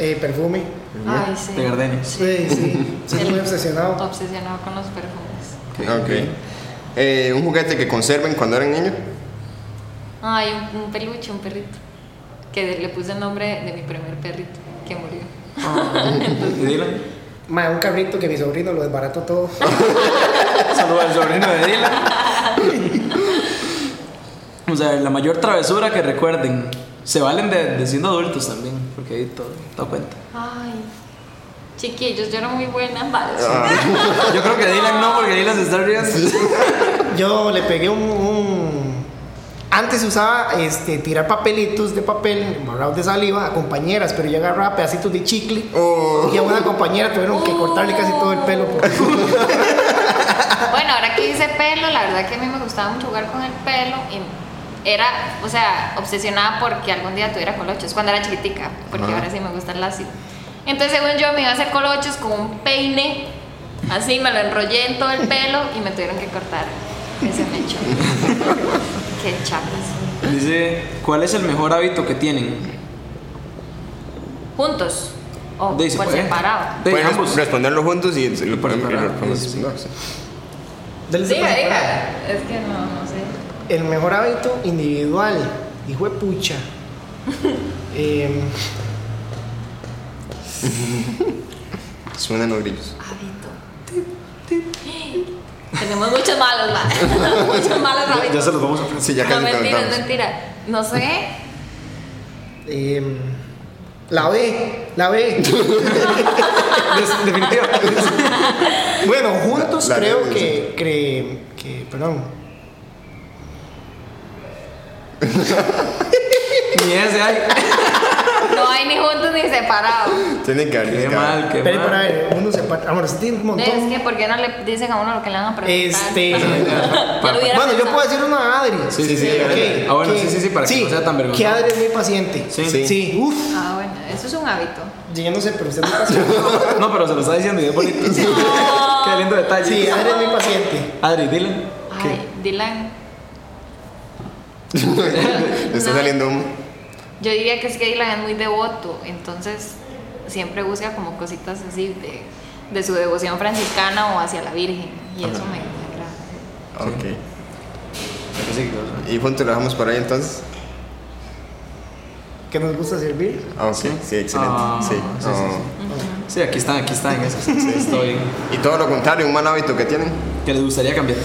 Speaker 4: Eh, perfume.
Speaker 5: Ay, sí.
Speaker 2: De gardenias.
Speaker 4: Sí, sí. Soy muy obsesionado.
Speaker 5: Obsesionado con los perfumes.
Speaker 3: ok. Eh, un juguete que conserven cuando eran niños.
Speaker 5: Ay, un, un peluche, un perrito. Que le puse el nombre de mi primer perrito que murió.
Speaker 2: ¿Y Dylan?
Speaker 4: Ma, un carrito que mi sobrino lo desbarató todo.
Speaker 2: Saludos al sobrino de Dylan. O sea, la mayor travesura que recuerden. Se valen de, de siendo adultos también, porque ahí todo, todo cuenta.
Speaker 5: Ay, chiquillos, yo era muy buena. Vale.
Speaker 2: Yo creo que Dylan no, porque Dylan se está riendo.
Speaker 4: Yo le pegué un, un- Antes usaba este, tirar papelitos de papel embarrados de saliva a compañeras, pero yo agarraba pedacitos de chicle.
Speaker 3: Oh.
Speaker 4: Y a una compañera tuvieron que cortarle casi todo el pelo. por-
Speaker 5: Bueno, ahora que hice pelo, la verdad que a mí me gustaba mucho jugar con el pelo y era, o sea, obsesionada porque algún día tuviera colochos, cuando era chiquitica, porque
Speaker 3: Ajá.
Speaker 5: ahora sí me gustan las Entonces, según yo, me iba a hacer colochos con un peine, así me lo enrollé en todo el pelo y me tuvieron que cortar ese mecho. Qué chapas.
Speaker 2: Dice, ¿cuál es el mejor hábito que tienen?
Speaker 5: Juntos o
Speaker 2: Dice,
Speaker 5: por
Speaker 2: pues,
Speaker 5: separado.
Speaker 2: de
Speaker 3: Pueden
Speaker 2: ambos.
Speaker 3: responderlo juntos y lo
Speaker 2: por
Speaker 3: podemos
Speaker 2: separado,
Speaker 3: responder.
Speaker 2: sí, sí.
Speaker 3: Sí, sí.
Speaker 4: Dele ese
Speaker 2: pues,
Speaker 4: paso
Speaker 5: Diga,
Speaker 4: para-
Speaker 5: diga. Es que no, no sé.
Speaker 4: El mejor hábito individual. Hijo de pucha. Em,
Speaker 3: Suenan los grillos.
Speaker 5: Hábito. Tenemos muchos malos, ma. muchos malos hábitos.
Speaker 2: Ya se los vamos a
Speaker 3: Sí, ya
Speaker 5: no,
Speaker 3: casi
Speaker 5: mentira, es
Speaker 3: calentamos.
Speaker 5: mentira. No sé.
Speaker 4: em, la B, la B.
Speaker 2: Des- Definitivo.
Speaker 4: Bueno, juntos
Speaker 3: La- la
Speaker 4: creo
Speaker 3: B,
Speaker 4: que, cre- que. Perdón.
Speaker 2: Ni ese hay.
Speaker 5: No hay ni juntos ni separados.
Speaker 3: Tienen que
Speaker 2: Qué
Speaker 3: abrir.
Speaker 2: mal, qué
Speaker 4: Espera,
Speaker 2: mal.
Speaker 4: espera, uno se parte. Amor, se tiene un
Speaker 5: Es
Speaker 4: montón.
Speaker 5: que, ¿por qué no le dicen a uno lo que le van a preguntar?
Speaker 4: Este.
Speaker 5: Ya lo hubiera
Speaker 4: Bueno, yo
Speaker 5: pensado.
Speaker 4: puedo decir una Adri.
Speaker 2: Sí, sí, sí, Adri. Ah, bueno, sí, sí, sí, para que no sea tan vergonzoso.
Speaker 4: Que Adri es muy paciente.
Speaker 2: Sí.
Speaker 4: sí. Uf,
Speaker 5: Ah, bueno, eso es un hábito.
Speaker 4: yo no sé, pero usted es muy paciente.
Speaker 2: No, pero se lo está diciendo y es bonito. Qué lindo detalle.
Speaker 4: Sí, Adri es muy paciente.
Speaker 2: Adri, Dylan.
Speaker 5: Ay, Dylan.
Speaker 3: Le está
Speaker 5: No.
Speaker 3: saliendo humo.
Speaker 5: Yo diría que es que Dylan es muy devoto, entonces siempre busca como cositas así de, de su devoción franciscana o hacia la Virgen. Y eso me, me agrada.
Speaker 3: Ok.
Speaker 2: Sí, sí, o sea.
Speaker 3: Y juntos lo dejamos por ahí entonces.
Speaker 4: Que nos gusta servir.
Speaker 3: Ah, ok. Sí, excelente.
Speaker 2: Ah, sí,
Speaker 3: sí.
Speaker 2: sí,
Speaker 3: ah.
Speaker 2: Sí, aquí están, aquí están. Eso sí, estoy.
Speaker 3: Y todo lo contrario, un mal hábito que tienen.
Speaker 2: ¿Qué les gustaría cambiar?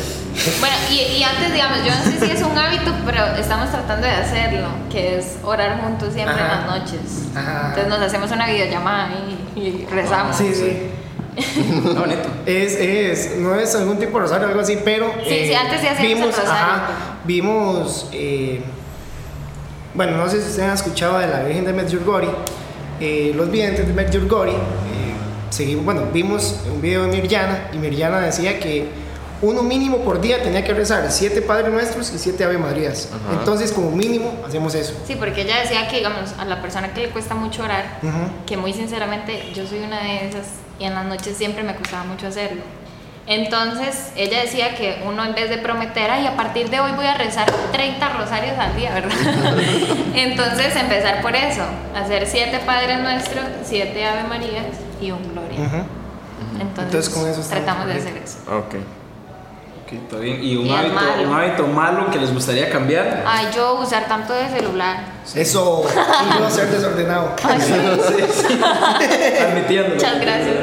Speaker 5: Bueno, y, y antes, digamos, yo no sé si es un hábito, pero estamos tratando de hacerlo, que es orar juntos siempre
Speaker 4: Ajá.
Speaker 5: en las noches.
Speaker 4: Ajá.
Speaker 5: Entonces nos hacemos una videollamada y, y rezamos.
Speaker 4: Sí, sí.
Speaker 2: Está bonito.
Speaker 4: Es, es, no es algún tipo de rosario o algo así, pero. eh,
Speaker 5: Sí, sí, antes sí hacíamos el
Speaker 4: vimos,
Speaker 5: rosario.
Speaker 4: ajá, vimos. eh, bueno, no sé si ustedes han escuchado de la Virgen de Medjugorje. eh, los videntes de Medjugorje. eh, seguimos, bueno, vimos un video de Mirjana y Mirjana decía que uno mínimo por día tenía que rezar siete Padres Nuestros y siete Ave Marías. Entonces, como mínimo, hacemos eso.
Speaker 5: Sí, porque ella decía que, digamos, a la persona que le cuesta mucho orar,
Speaker 4: Ujú.
Speaker 5: que muy sinceramente yo soy una de esas y en las noches siempre me costaba mucho hacerlo. Entonces ella decía que uno en vez de prometer, ay, a partir de hoy voy a rezar 30 rosarios al día, ¿verdad? Entonces empezar por eso, hacer siete Padres Nuestros, siete Ave Marías y un Gloria.
Speaker 4: Ujú.
Speaker 5: Entonces,
Speaker 4: Ah. Entonces, con eso estamos
Speaker 5: tratamos de
Speaker 4: bien.
Speaker 5: hacer eso.
Speaker 3: Ok.
Speaker 2: Ok, está bien. ¿Y un,
Speaker 5: Y el
Speaker 2: hábito,
Speaker 5: malo.
Speaker 2: un hábito malo que les gustaría cambiar?
Speaker 5: Ay, yo usar tanto de celular.
Speaker 4: Eso, y no ser desordenado.
Speaker 2: Admitiéndolo.
Speaker 5: Muchas gracias.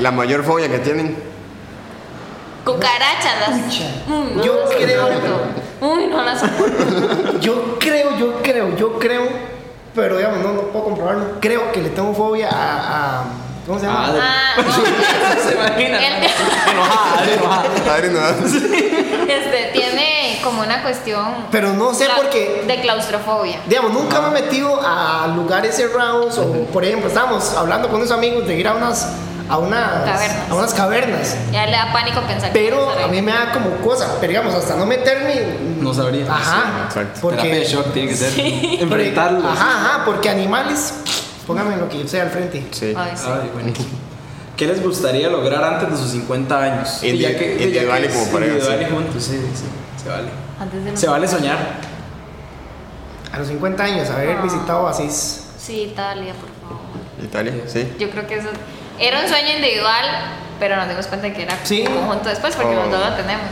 Speaker 3: La mayor fobia que tienen.
Speaker 5: Cucarachas, las... Mm, no
Speaker 4: Yo
Speaker 5: las
Speaker 4: creo-
Speaker 5: soporto. Uy, no las soporto.
Speaker 4: Yo creo, yo creo, yo creo, pero digamos, no, no puedo comprobarlo. Creo que le tengo fobia a. a- ¿Cómo se llama?
Speaker 2: Adri.
Speaker 5: Ah, no.
Speaker 2: Se imagina.
Speaker 5: El-
Speaker 2: Enojada, Adri, enojada.
Speaker 3: Padre, no.
Speaker 5: Este tiene como una cuestión.
Speaker 4: Pero no sé
Speaker 5: cla-
Speaker 4: por qué.
Speaker 5: De claustrofobia.
Speaker 4: Digamos, nunca me
Speaker 2: Ah.
Speaker 4: he metido a lugares cerrados o, por ejemplo, estábamos hablando con unos amigos de ir a unas, a unas
Speaker 5: Cavernas.
Speaker 4: A unas cavernas.
Speaker 5: Ya le da pánico pensar. que
Speaker 4: Pero
Speaker 5: vas a
Speaker 4: a mí
Speaker 5: ver.
Speaker 4: me da como cosa, pero digamos, hasta no meterme.
Speaker 2: No sabría.
Speaker 4: Ajá.
Speaker 3: Sí, exacto.
Speaker 2: Terapia de
Speaker 4: Porque.
Speaker 2: shock tiene que ser.
Speaker 4: porque-
Speaker 2: Enfrentarlo.
Speaker 4: Ajá, ajá, porque animales, pónganme lo que yo sea al frente.
Speaker 3: Sí.
Speaker 5: Ay, sí.
Speaker 2: Ay, bueno. ¿Qué les gustaría lograr antes de sus 50 años?
Speaker 3: Indi-
Speaker 2: Ya que- ya que
Speaker 3: individual y como
Speaker 2: es
Speaker 3: pareja,
Speaker 2: Individual
Speaker 3: sí.
Speaker 2: y juntos, sí, sí. Se vale.
Speaker 5: Antes de los-
Speaker 2: Se vale soñar.
Speaker 4: A los 50 años, haber
Speaker 5: Ah.
Speaker 4: visitado Asís.
Speaker 5: Sí, Italia, por favor.
Speaker 3: Italia, sí.
Speaker 5: Yo creo que eso era un sueño individual, pero nos dimos cuenta que era
Speaker 4: Sí.
Speaker 5: conjunto después porque
Speaker 3: Oh.
Speaker 5: los dos lo tenemos.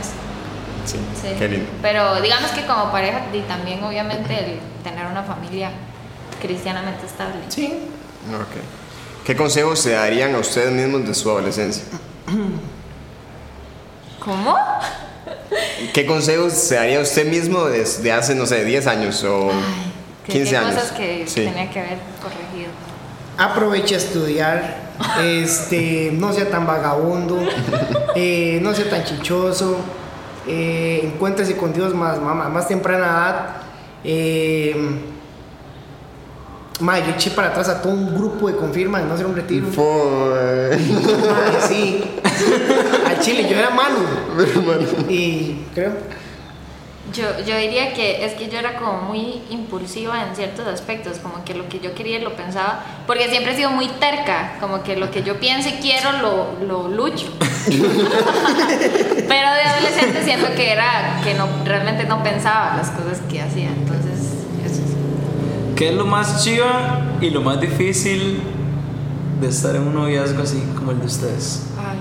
Speaker 3: Sí,
Speaker 5: Sí.
Speaker 3: qué lindo.
Speaker 5: Pero digamos que como pareja y también obviamente el tener una familia cristianamente estable.
Speaker 3: Sí. Ok. ¿Qué consejos se darían a ustedes mismos de su adolescencia?
Speaker 5: ¿Cómo?
Speaker 3: ¿Qué consejos se daría usted mismo desde hace, no sé, 10 años o
Speaker 5: Ay, que
Speaker 3: 15
Speaker 5: qué
Speaker 3: años?
Speaker 5: cosas que
Speaker 3: sí.
Speaker 5: tenía que haber corregido.
Speaker 4: Aprovecha a estudiar. Este, no sea tan vagabundo. eh, no sea tan chichoso. eh, encuéntrese con Dios más, más, más temprana edad. Eh, ma, yo eché para atrás a todo un grupo de confirma de no hacer un retiro.
Speaker 3: Fue-
Speaker 4: Ma, sí. Al chile, yo era malo. Y creo.
Speaker 5: Yo, yo diría que es que yo era como muy impulsiva en ciertos aspectos, como que lo que yo quería lo pensaba, porque siempre he sido muy terca, como que lo que yo pienso y quiero lo, lo lucho. Pero de adolescente siento que era que no realmente no pensaba las cosas que hacía, entonces eso es-
Speaker 2: ¿Qué es lo más chiva y lo más difícil de estar en un noviazgo así como el de ustedes?
Speaker 5: Ay,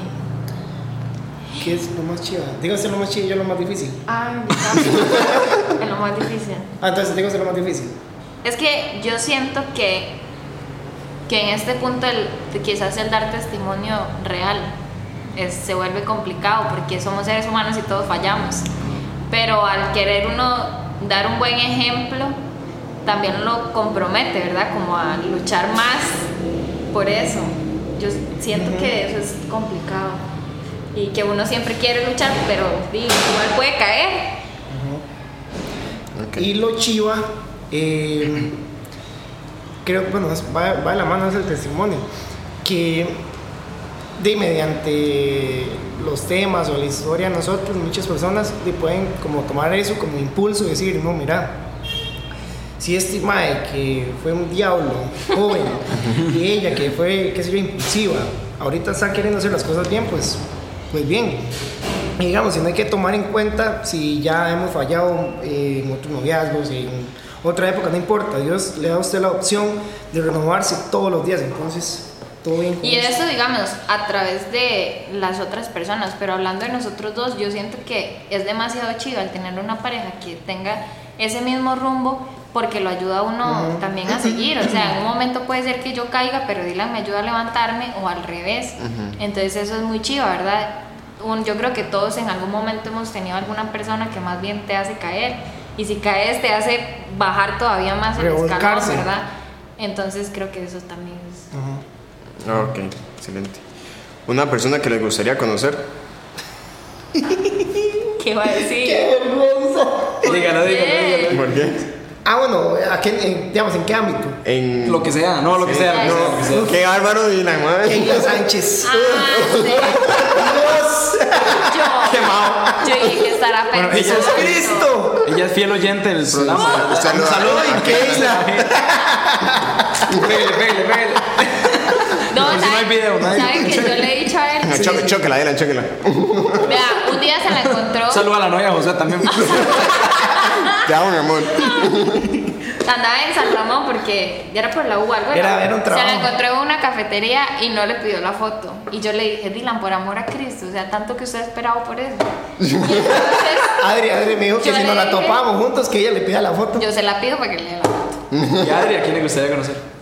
Speaker 4: ¿Qué es lo más chido? Dígase lo más chido y yo lo más difícil.
Speaker 5: ay, mi es lo más difícil.
Speaker 4: Ah, entonces dígase lo más difícil.
Speaker 5: Es que yo siento que, que en este punto el, quizás el dar testimonio real es- se vuelve complicado porque somos seres humanos y todos fallamos. Pero al querer uno dar un buen ejemplo, también lo compromete, ¿verdad? Como a luchar más por eso. Yo siento que eso es complicado y que uno siempre quiere luchar, pero di, igual puede caer.
Speaker 3: Ok.
Speaker 4: Y lo chiva, eh, creo que bueno, es- va, va de la mano es el testimonio, que de mediante los temas o la historia de nosotros, muchas personas de pueden como tomar eso como impulso y decir, no, mira, si este mae que fue un diablo joven y ella que fue, qué sé yo, impulsiva, ahorita está queriendo hacer las cosas bien, pues, pues bien. Y digamos, si no hay que tomar en cuenta si ya hemos fallado eh, en otros noviazgos, en otra época, no importa. Dios le da a usted la opción de renovarse todos los días, entonces, todo bien. con
Speaker 5: Y
Speaker 4: eso.
Speaker 5: eso, digamos, a través de las otras personas, pero hablando de nosotros dos, yo siento que es demasiado chido al tener una pareja que tenga ese mismo rumbo porque lo ayuda a uno también a seguir. O sea, en un momento puede ser que yo caiga, pero Dylan me ayuda a levantarme o al revés. Entonces eso es muy chido, ¿verdad? Un- yo creo que todos en algún momento hemos tenido alguna persona que más bien te hace caer. Y si caes te hace bajar todavía más el escalón,
Speaker 4: Revolcarse.
Speaker 5: ¿verdad? Entonces creo que eso también es...
Speaker 4: Ajá.
Speaker 3: Ah, Ok, excelente. Una persona que les gustaría conocer.
Speaker 5: ¿Qué va a decir?
Speaker 2: Dígalo, dígalo, dígalo.
Speaker 3: ¿Por qué?
Speaker 4: Ah, bueno, ¿a qué, en- digamos, ¿en qué ámbito?
Speaker 3: En...
Speaker 2: Lo que sea, no, lo que
Speaker 3: Sí.
Speaker 2: sea, lo que sea, lo que sea.
Speaker 3: No, qué bárbaro y la madre.
Speaker 4: Kenia Sánchez.
Speaker 5: Ah, sí. Yo, yo dije que estará
Speaker 4: Bueno,
Speaker 5: pensando.
Speaker 4: ¡Jesús Cristo!
Speaker 2: Ella es fiel oyente del programa.
Speaker 3: Un saludo.
Speaker 4: ¡Ay, Keila!
Speaker 2: Pégale, pégale, pégale.
Speaker 5: No,
Speaker 2: Por si no hay
Speaker 5: ¿saben-
Speaker 2: video, no hay-
Speaker 5: ¿saben que yo le he dicho a él?
Speaker 3: Ah, choque- Chóquela, Dylan, chóquela.
Speaker 5: Vea, un día se la encontró.
Speaker 2: Saludo a la novia José también.
Speaker 3: Te amo, mi amor.
Speaker 5: Andaba en San Ramón porque ya era por la U algo.
Speaker 4: Era- era un trabajo.
Speaker 5: Se la encontró en una cafetería y no le pidió la foto. Y yo le dije, Dylan, por amor a Cristo, o sea, tanto que usted ha esperado por eso. Y entonces
Speaker 4: Adri, Adri me dijo que
Speaker 5: Yo
Speaker 4: si
Speaker 5: le
Speaker 4: nos la
Speaker 5: dije-
Speaker 4: topamos juntos, que ella le pida la foto.
Speaker 5: yo se la pido para que le dé la foto.
Speaker 2: ¿Y a Adri a quién le gustaría conocer?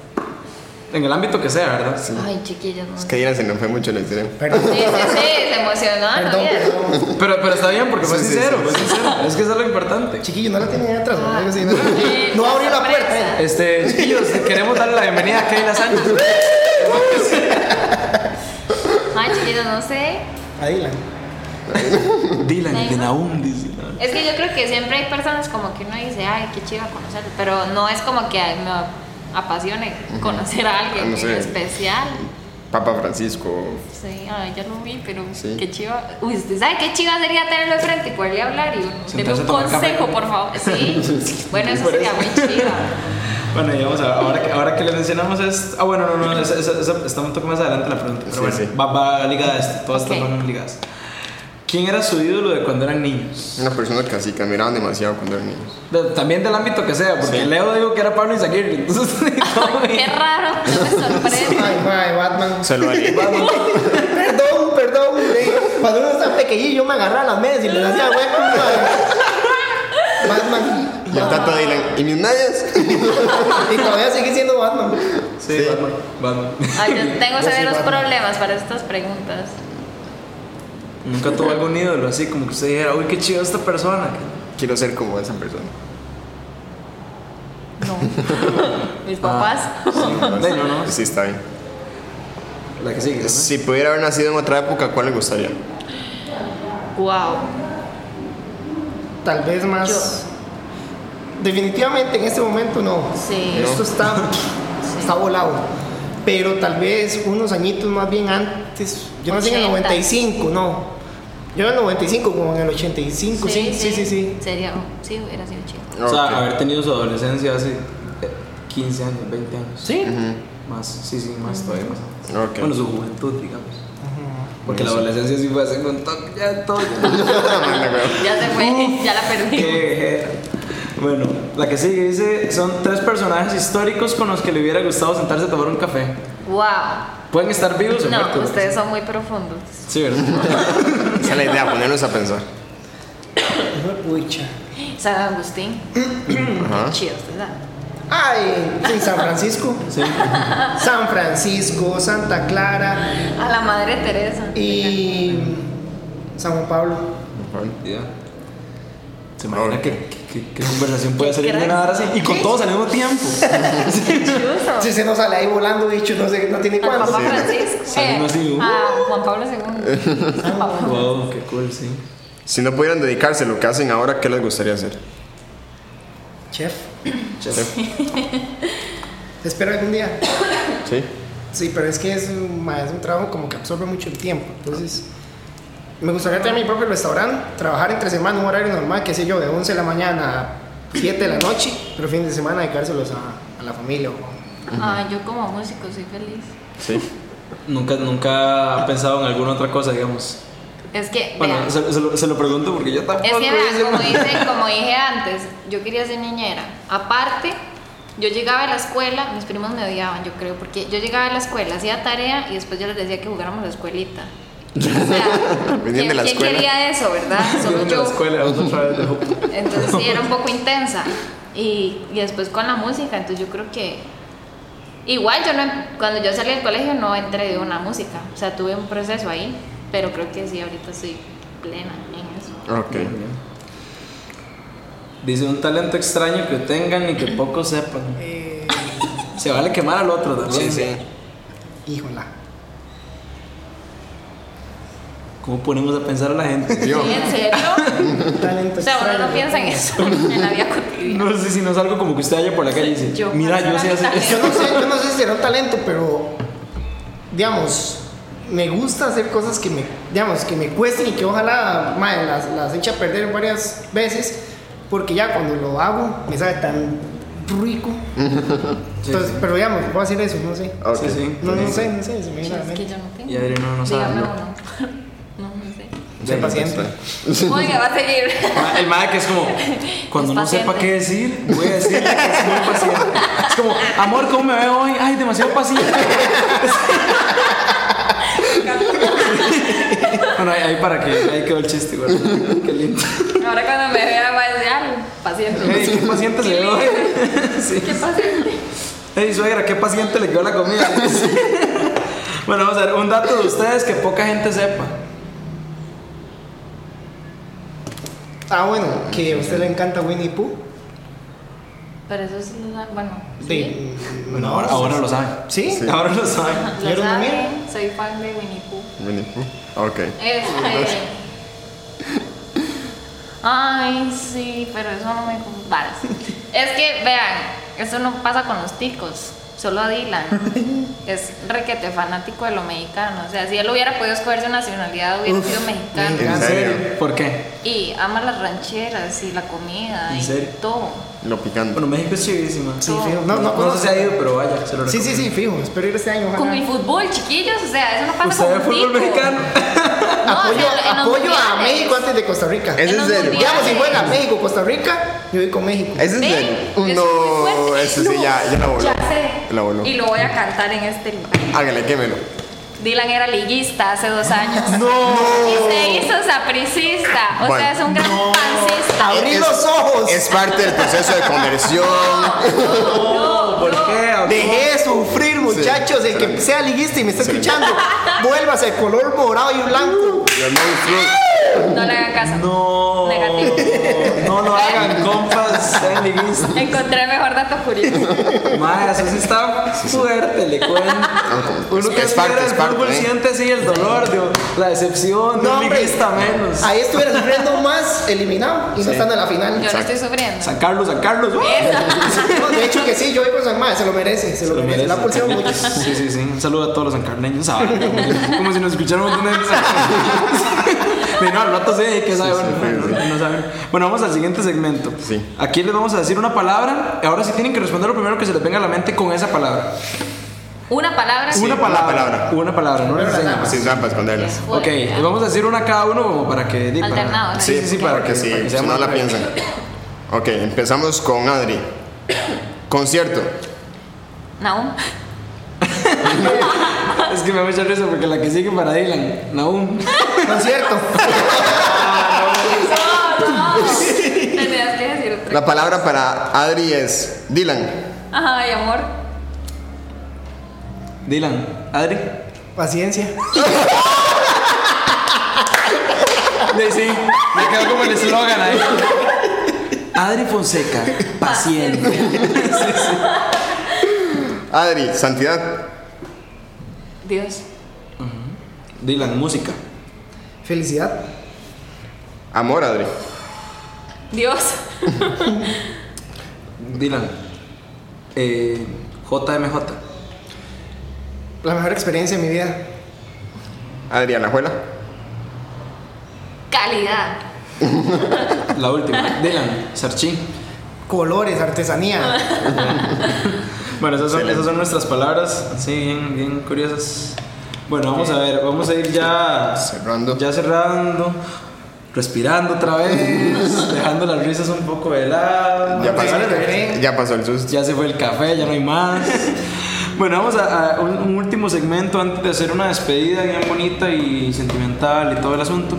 Speaker 2: En el ámbito que sea, ¿verdad?
Speaker 5: Ay, chiquillos. No.
Speaker 3: Es que Dylan se nos fue mucho el extremo.
Speaker 4: Perdón,
Speaker 5: Sí, sí, sí, se emocionó. ¿no?
Speaker 4: perdón,
Speaker 5: Mira.
Speaker 4: perdón.
Speaker 2: Pero, pero está bien porque fue
Speaker 3: Sí, sí,
Speaker 2: sincero,
Speaker 3: sí.
Speaker 2: fue sincero. Es que eso es lo importante.
Speaker 4: Chiquillo, no la tienen ahí atrás. No,
Speaker 5: Ah.
Speaker 4: Algo así, no, no abrió la puerta. ¿eh?
Speaker 2: Este, chiquillos, queremos darle la bienvenida a Keila Sánchez.
Speaker 5: Ay, chiquillos, no sé.
Speaker 4: Adila.
Speaker 2: Dylan, el de Naum, dice.
Speaker 5: Es que yo creo que siempre hay personas como que uno dice, ay, qué chido conocer, pero no es como que me apasione conocer a alguien
Speaker 3: No sé.
Speaker 5: especial.
Speaker 3: Papa Francisco.
Speaker 5: Sí, ay, ya lo vi, pero
Speaker 3: Sí.
Speaker 5: qué chido. Uy, ¿usted sabe qué chido sería tenerlo enfrente y poderle hablar y uno, deme
Speaker 2: Sentarse a
Speaker 5: un
Speaker 2: tomar café
Speaker 5: consejo,
Speaker 2: con-
Speaker 5: por favor? Sí. Bueno, eso
Speaker 2: Por
Speaker 5: sería
Speaker 2: eso.
Speaker 5: muy chido.
Speaker 2: Bueno, y vamos a ahora, que- ahora que le mencionamos es. Ah, bueno, no, no, esa- esa- esa- está un toque más adelante la pregunta. Pero
Speaker 3: Sí,
Speaker 2: bueno,
Speaker 3: sí.
Speaker 2: va, va ligada a esto, todas
Speaker 5: Ok.
Speaker 2: estas van ligadas. ¿Quién era su ídolo de cuando eran niños?
Speaker 3: Una persona que así que admiraban demasiado cuando eran niños.
Speaker 2: De- también del ámbito que sea, porque Leo dijo que era Pablo Izaguirre, entonces. todo bien.
Speaker 5: Qué raro, me sorprende.
Speaker 4: Ay, mae, Batman.
Speaker 3: Saludos.
Speaker 4: Perdón, perdón. eh. Cuando uno está pequeñillo, yo me agarraba las medias y les hacía hueco. madre. Batman.
Speaker 3: Y el tato Dylan. ¿Y mis medias?
Speaker 4: Y todavía sigue siendo Batman.
Speaker 2: Sí,
Speaker 3: Sí.
Speaker 2: Batman. Batman.
Speaker 5: Ah, yo tengo
Speaker 3: Yo soy
Speaker 5: severos
Speaker 3: Batman.
Speaker 5: problemas para estas preguntas.
Speaker 2: Nunca tuvo algún ídolo así como que usted dijera, uy, qué chido esta persona.
Speaker 3: Quiero ser como esa persona.
Speaker 5: No. Mis papás.
Speaker 2: Sí, no, no.
Speaker 3: Sí, está bien.
Speaker 2: La que sigue. ¿no?
Speaker 3: Si pudiera haber nacido en otra época, ¿cuál le gustaría?
Speaker 5: Wow.
Speaker 4: Tal vez más. Definitivamente en este momento no.
Speaker 5: Sí.
Speaker 4: Esto está, está volado. Pero tal vez unos añitos más bien antes. Yo nací en el
Speaker 5: 80.
Speaker 4: 95, no. Yo en el 95, como en el 85, sí, sí, sí. sí,
Speaker 5: Sería, sí, hubiera sido chido.
Speaker 2: O sea,
Speaker 3: Ok.
Speaker 2: haber tenido su adolescencia hace eh, 15 años, 20 años.
Speaker 4: Sí.
Speaker 2: Más, sí, sí, más todavía más.
Speaker 3: Ok.
Speaker 2: Bueno, su juventud, digamos. Porque la adolescencia sí fue así con toque, ya todo.
Speaker 5: Ya se fue, ya la perdí.
Speaker 2: Qué jera. bueno, la que sigue dice, son tres personajes históricos con los que le hubiera gustado sentarse a tomar un café.
Speaker 5: Wow.
Speaker 2: Pueden estar vivos o
Speaker 5: No,
Speaker 2: muertos.
Speaker 5: ustedes son muy profundos.
Speaker 2: Sí, ¿verdad?
Speaker 3: Esa es la idea, ponernos a pensar.
Speaker 4: Pucha.
Speaker 5: San Agustín.
Speaker 3: Ajá.
Speaker 5: Chidos, ¿verdad?
Speaker 4: Ay, sí, San Francisco.
Speaker 2: Sí.
Speaker 4: San Francisco, Santa Clara
Speaker 5: A la madre Teresa.
Speaker 4: y San Juan Pablo.
Speaker 2: Ya. ¿Se imagina qué, qué- qué conversación puede salir de
Speaker 5: crack.
Speaker 2: nada así? Y con todos al mismo tiempo.
Speaker 5: Chuzo.
Speaker 4: Si se nos sale ahí volando, de hecho, no sé, no tiene
Speaker 5: Al
Speaker 4: cuándo.
Speaker 5: Papa Francisco. Eh,
Speaker 2: Salió así, uh.
Speaker 5: a Juan Pablo II. San Pablo.
Speaker 2: wow, qué cool, sí.
Speaker 3: Si no pudieran dedicarse a lo que hacen ahora, ¿qué les gustaría hacer?
Speaker 4: Chef,
Speaker 2: Chef.
Speaker 4: te espero algún día.
Speaker 3: ¿Sí?
Speaker 4: Sí, pero es que es, un- ma, es un trabajo como que absorbe mucho el tiempo. Entonces, me gustaría tener mi propio restaurante, trabajar entre semana, un horario normal, qué sé yo, de 11 de la mañana a 7 de la noche, pero fin de semana dedicárselos a, a la familia. o-
Speaker 5: Ah, yo como músico soy feliz.
Speaker 3: Sí.
Speaker 2: Nunca, nunca ha pensado en alguna otra cosa, digamos.
Speaker 5: Es que,
Speaker 2: Bueno,
Speaker 5: vean,
Speaker 2: se, se lo, se lo pregunto porque yo
Speaker 5: es
Speaker 2: tampoco
Speaker 5: que vean,
Speaker 2: hice-
Speaker 5: como, dice- como dije antes, yo quería ser niñera. Aparte, yo llegaba a la escuela, mis primos me odiaban, yo creo, porque yo llegaba a la escuela, hacía tarea y después yo les decía que jugáramos a la escuelita. O sea,
Speaker 3: Venían de la
Speaker 5: ¿quién
Speaker 3: escuela.
Speaker 5: quería eso, verdad?
Speaker 2: Yo
Speaker 5: Solo
Speaker 2: en la
Speaker 5: yo.
Speaker 2: escuela, otra vez de Hope.
Speaker 5: Entonces sí, era un poco intensa. Y, y después con la música, entonces yo creo que... Igual yo no, em, cuando yo salí del colegio no entré de una música, o sea, tuve un proceso ahí, pero creo que sí, ahorita estoy plena en eso.
Speaker 3: Ok.
Speaker 2: Dice un talento extraño que tengan y que pocos sepan. Se vale quemar al otro también.
Speaker 4: Híjola.
Speaker 2: ¿Cómo ponemos a pensar a la gente?
Speaker 3: Yo.
Speaker 5: ¿Sí, ¿En serio?
Speaker 4: Talento
Speaker 5: O sea, uno
Speaker 4: extraño.
Speaker 5: no piensa en eso en la vida cotidiana.
Speaker 2: No sé si no es algo como que usted haya por la calle y dice,
Speaker 5: Yo,
Speaker 2: mira,
Speaker 5: para
Speaker 2: yo sé
Speaker 5: la
Speaker 2: hacer
Speaker 5: mitad".
Speaker 2: esto.
Speaker 4: Yo no sé, yo no sé si era un talento, pero digamos, me gusta hacer cosas que me, digamos, que me cuesten y que ojalá mae, las, las eche a perder varias veces, porque ya cuando lo hago me sabe tan rico.
Speaker 2: Sí,
Speaker 4: Entonces,
Speaker 2: sí.
Speaker 4: pero digamos, puedo hacer eso, no sé.
Speaker 3: Ok.
Speaker 2: Sí, sí.
Speaker 4: No, no sé, no sé, se me viene a la
Speaker 5: Es que
Speaker 4: mente.
Speaker 5: yo no
Speaker 2: Y
Speaker 5: tengo.
Speaker 2: Adrián no, no sabe.
Speaker 5: Dígame
Speaker 2: ¿no?
Speaker 5: uno. No, no sé.
Speaker 4: Sé paciente.
Speaker 5: Oiga, va a seguir.
Speaker 2: Ma- El madre que es como, cuando
Speaker 5: Es
Speaker 2: no sepa
Speaker 5: paciente.
Speaker 2: qué decir, voy a decirle que es muy paciente. Es como, amor, ¿cómo me veo hoy? Ay, demasiado paciente. Bueno, ahí, ahí para que, ahí quedó el chiste, güey. Qué lindo.
Speaker 5: Ahora cuando me vea va a decir, "Ah,
Speaker 2: Ey,
Speaker 5: paciente.
Speaker 2: qué paciente se ve hoy. Sí.
Speaker 5: ¿Qué paciente?
Speaker 2: Ey, suegra, qué paciente le quedó la comida. Bueno, vamos a ver, un dato de ustedes que poca gente sepa.
Speaker 4: Ah, bueno, que a usted le encanta Winnie Pooh.
Speaker 5: Pero eso sí, lo da- bueno.
Speaker 4: De-
Speaker 2: Bueno, ahora, ahora lo saben.
Speaker 4: ¿Sí?
Speaker 2: Ahora lo saben.
Speaker 5: Lo
Speaker 4: ¿Vieron
Speaker 5: saben,
Speaker 4: también?
Speaker 5: soy fan de Winnie Pooh.
Speaker 3: Winnie Pooh. Ok.
Speaker 5: Este. Ay, sí, pero eso no me comparas. Es que, vean, eso no pasa con los ticos, solo a Dylan. Es requete fanático de lo mexicano. O sea, si él hubiera podido escoger su nacionalidad, hubiera sido mexicano.
Speaker 3: ¿En serio?
Speaker 2: ¿Por qué?
Speaker 5: Y ama las rancheras y la comida
Speaker 2: ¿En
Speaker 5: y
Speaker 2: serio?
Speaker 5: todo.
Speaker 3: Lo picante.
Speaker 2: Bueno, México es chivísima.
Speaker 4: Sí, fijo. No, no,
Speaker 2: No sé si ha ido, pero vaya, se lo
Speaker 4: Sí, sí,
Speaker 2: recomiendo.
Speaker 4: sí, fijo. Espero ir este año.
Speaker 5: Con
Speaker 4: ojalá.
Speaker 5: el fútbol, chiquillos, o sea, eso no pasa
Speaker 2: ¿Usted ve
Speaker 5: con
Speaker 2: fútbol
Speaker 5: un tico.
Speaker 2: mexicano?
Speaker 5: No, o sea,
Speaker 4: apoyo
Speaker 5: en los
Speaker 4: apoyo a
Speaker 5: mundiales.
Speaker 4: México antes de Costa Rica.
Speaker 3: ¿Es en
Speaker 5: los
Speaker 3: serio?
Speaker 5: mundiales.
Speaker 4: Digamos, si juega México, Costa Rica, yo voy con México.
Speaker 3: ¿Es en
Speaker 5: Ven,
Speaker 3: serio?
Speaker 5: es muy
Speaker 3: No,
Speaker 5: fuerte.
Speaker 3: ese sí, ya, ya la voló.
Speaker 5: Ya sé.
Speaker 3: La voló.
Speaker 5: Y lo voy a cantar en este lugar.
Speaker 3: Hágale, quémelo.
Speaker 5: Dylan era liguista hace dos años.
Speaker 3: No.
Speaker 5: Y se hizo sapricista. O
Speaker 3: Bueno,
Speaker 5: sea, es un gran pancista.
Speaker 4: Abrí
Speaker 3: Es-
Speaker 4: los ojos.
Speaker 3: Es parte del proceso de conversión.
Speaker 5: No,
Speaker 2: ¿Por
Speaker 5: no.
Speaker 2: qué?
Speaker 4: Dejé de sufrir, muchachos. El que sea liguista y me está escuchando, vuélvase al color morado y blanco.
Speaker 3: Los monstruos.
Speaker 5: No le hagan caso.
Speaker 2: No.
Speaker 5: Negativo.
Speaker 2: No lo hagan, compas. Sean liguistas.
Speaker 5: Encontré el mejor dato curioso.
Speaker 2: Madre, eso sí está fuerte, le cuento. Uno que
Speaker 3: Es
Speaker 2: es
Speaker 3: parte,
Speaker 2: parte,
Speaker 3: es parte,
Speaker 2: fútbol
Speaker 3: ¿eh?
Speaker 2: siente así el dolor, digo, la decepción, no, un
Speaker 4: hombre.
Speaker 2: liguista menos.
Speaker 4: Ahí estuviera sufriendo más eliminado y no estando en la final.
Speaker 5: Yo no estoy sufriendo.
Speaker 2: San Carlos, San Carlos. ¡uh!
Speaker 4: No, de hecho que sí, yo voy con San Mae, se lo merece, se, lo,
Speaker 2: Lo
Speaker 4: merece.
Speaker 2: merece.
Speaker 4: La pulseo mucho.
Speaker 2: Sí, sí, sí. Un saludo a todos los sancarneños. ah, Como, como si nos escucharan un montón de gente. De no, al rato sí, que saben. bueno,
Speaker 3: sí,
Speaker 2: no saben. Bueno, vamos al siguiente segmento.
Speaker 3: Sí.
Speaker 2: Aquí les vamos a decir una palabra. Ahora sí tienen que responder lo primero que se les venga a la mente con esa palabra.
Speaker 5: Una palabra.
Speaker 2: una
Speaker 3: una
Speaker 2: palabra.
Speaker 3: palabra.
Speaker 2: Una palabra, no les enseño.
Speaker 3: Sin trampas, esconderlas.
Speaker 5: Fuera.
Speaker 2: Ok, les vamos a decir una a cada uno como para que. di, para-
Speaker 5: Alternado, ¿no?
Speaker 2: Sí, sí, sí, para
Speaker 3: que
Speaker 2: que,
Speaker 3: sí,
Speaker 2: para que sea
Speaker 3: si no
Speaker 2: más
Speaker 3: la
Speaker 2: breve.
Speaker 3: piensan. Ok, empezamos con Adri. Concierto.
Speaker 5: Naum.
Speaker 2: Es que me va a echar eso porque la que sigue para Dylan, Naum.
Speaker 4: Concierto.
Speaker 5: No, no. Tenías que decir otra.
Speaker 3: La palabra para Adri es Dylan.
Speaker 5: Ay, amor.
Speaker 2: Dylan, Adri.
Speaker 4: Paciencia.
Speaker 2: Le sí, me quedó como el eslogan ahí. Adri Fonseca, paciente.
Speaker 3: Adri, santidad.
Speaker 5: Dios.
Speaker 2: Dylan, música.
Speaker 4: Felicidad.
Speaker 3: Amor, Adri.
Speaker 5: Dios.
Speaker 2: Dylan, eh, JMJ.
Speaker 4: La mejor experiencia de mi vida.
Speaker 3: Adri, Anajuela.
Speaker 5: Calidad.
Speaker 2: La última. Dylan, Sarchín.
Speaker 4: Colores,
Speaker 5: Ah.
Speaker 4: artesanía.
Speaker 2: Bueno, esas son, esas son nuestras palabras, así bien, bien curiosas. Bueno, vamos a ver, vamos a ir ya
Speaker 3: Cerrando.
Speaker 2: Ya cerrando, respirando otra vez, dejando las risas un poco de lado.
Speaker 3: Ya pasó,
Speaker 4: Café.
Speaker 3: ya pasó el susto.
Speaker 2: Ya se fue el café, ya no hay más. Bueno, vamos a, a un, un último segmento antes de hacer una despedida bien bonita y sentimental y todo el asunto.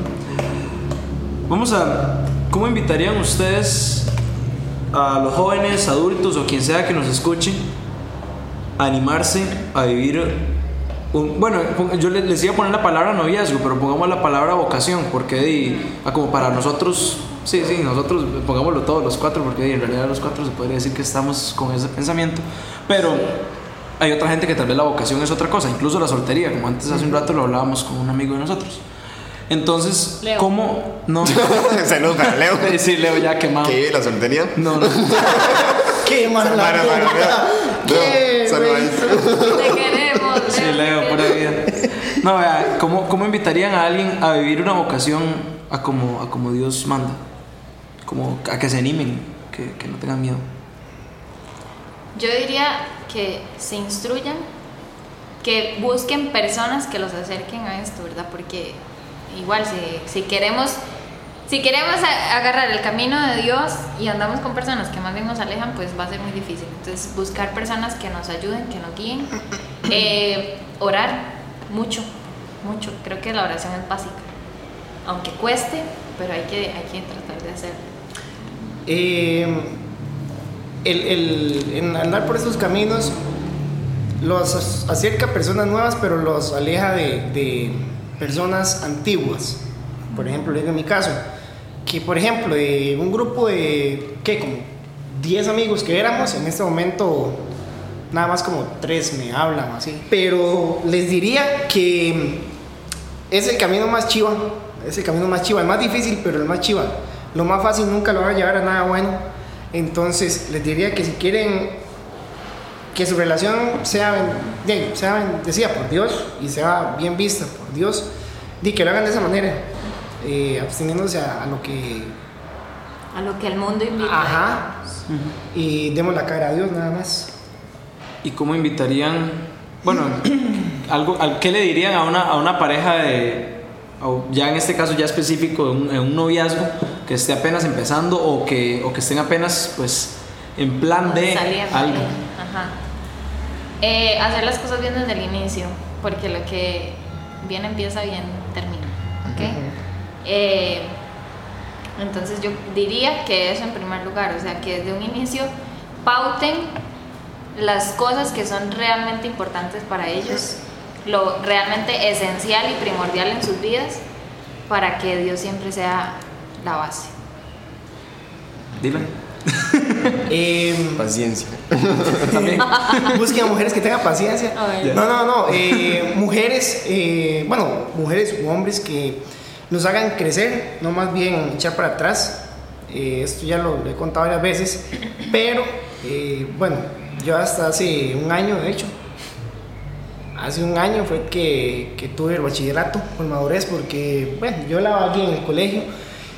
Speaker 2: Vamos a. ¿Cómo invitarían ustedes a los jóvenes, adultos o quien sea que nos escuche a animarse a vivir un. Bueno, yo le- les iba a poner la palabra noviazgo, pero pongamos la palabra vocación, porque di, ah, como para nosotros. Sí, sí, nosotros pongámoslo todos los cuatro, porque di, en realidad los cuatro se podría decir que estamos con ese pensamiento. Pero hay otra gente que tal vez la vocación es otra cosa, incluso la soltería, como antes hace un rato lo hablábamos con un amigo de nosotros. Entonces,
Speaker 5: Leo.
Speaker 2: ¿cómo no?
Speaker 3: Saludos para Leo.
Speaker 2: Sí, Leo ya quemado.
Speaker 3: Que vive la soltería.
Speaker 2: No, no.
Speaker 4: Qué mala
Speaker 3: Para, para,
Speaker 4: onda.
Speaker 3: para.
Speaker 4: Qué
Speaker 3: Leo, saludos.
Speaker 5: Te queremos.
Speaker 2: Sí, Leo, por vida. No, vea, ¿cómo, ¿cómo invitarían a alguien a vivir una vocación a como, a como Dios manda? Como a que se animen, que, que no tengan miedo.
Speaker 5: Yo diría que se instruyan, que busquen personas que los acerquen a esto, ¿verdad? Porque igual si, si queremos, si queremos a- agarrar el camino de Dios y andamos con personas que más bien nos alejan, pues va a ser muy difícil. Entonces buscar personas que nos ayuden, que nos guíen, Eh, orar mucho, mucho. Creo que la oración es básica, aunque cueste, pero hay que, hay que tratar de hacerlo.
Speaker 4: Eh, el, el- en andar por esos caminos los as- acerca a personas nuevas, pero los aleja de, de personas antiguas. Por ejemplo, digo en mi caso, que por ejemplo, de un grupo de, ¿qué? Como 10 amigos que éramos, en este momento nada más como 3 me hablan así. Pero les diría que es el camino más chiva, es el camino más chiva, el más difícil, pero el más chiva. Lo más fácil nunca lo va a llevar a nada bueno. Entonces, les diría que si quieren que su relación sea, ben- de- sea bendecida por Dios y sea bien vista por Dios, di que lo hagan de esa manera, eh, absteniéndose a, a lo que.
Speaker 5: A lo que el mundo invita.
Speaker 4: Ajá. Y demos la cara a Dios nada más.
Speaker 2: ¿Y cómo invitarían, bueno, algo, al- qué le dirían a una, a una pareja de, a- ya en este caso ya específico, en un, en un noviazgo, que esté apenas empezando o que, o que estén apenas, pues, en plan de
Speaker 5: Saliendo.
Speaker 2: algo?
Speaker 5: Ajá. Eh, hacer las cosas bien desde el inicio. porque lo que bien empieza, bien termina. ¿ok? Eh, entonces yo diría que eso en primer lugar, o sea, que desde un inicio pauten las cosas que son realmente importantes para ellos, lo realmente esencial y primordial en sus vidas, para que Dios siempre sea la base.
Speaker 2: Dime.
Speaker 4: Eh,
Speaker 3: Paciencia.
Speaker 2: También.
Speaker 4: busquen a mujeres que tengan paciencia.
Speaker 5: Ay.
Speaker 4: No, no, no. eh, mujeres, eh, bueno, mujeres u hombres que nos hagan crecer, no más bien echar para atrás. Eh, esto ya lo, lo he contado varias veces, pero eh, bueno, yo hasta hace un año, de hecho, hace un año fue que, que tuve el bachillerato por madurez, porque bueno, yo la vagué en el colegio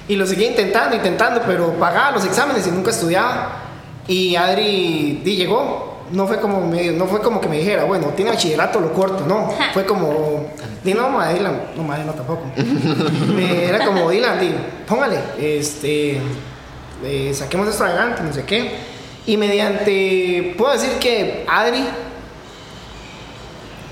Speaker 4: y lo seguía intentando, intentando, pero pagaba los exámenes y nunca estudiaba. Y Adri di, llegó. No fue, como me- no fue como que me dijera, bueno, tiene bachillerato, lo corto, no. Fue como, di, no, madre, Dylan, no, madre, no tampoco. Me- Era como, Dylan, di, póngale, este, eh, saquemos esto adelante, no sé qué. Y mediante, puedo decir que Adri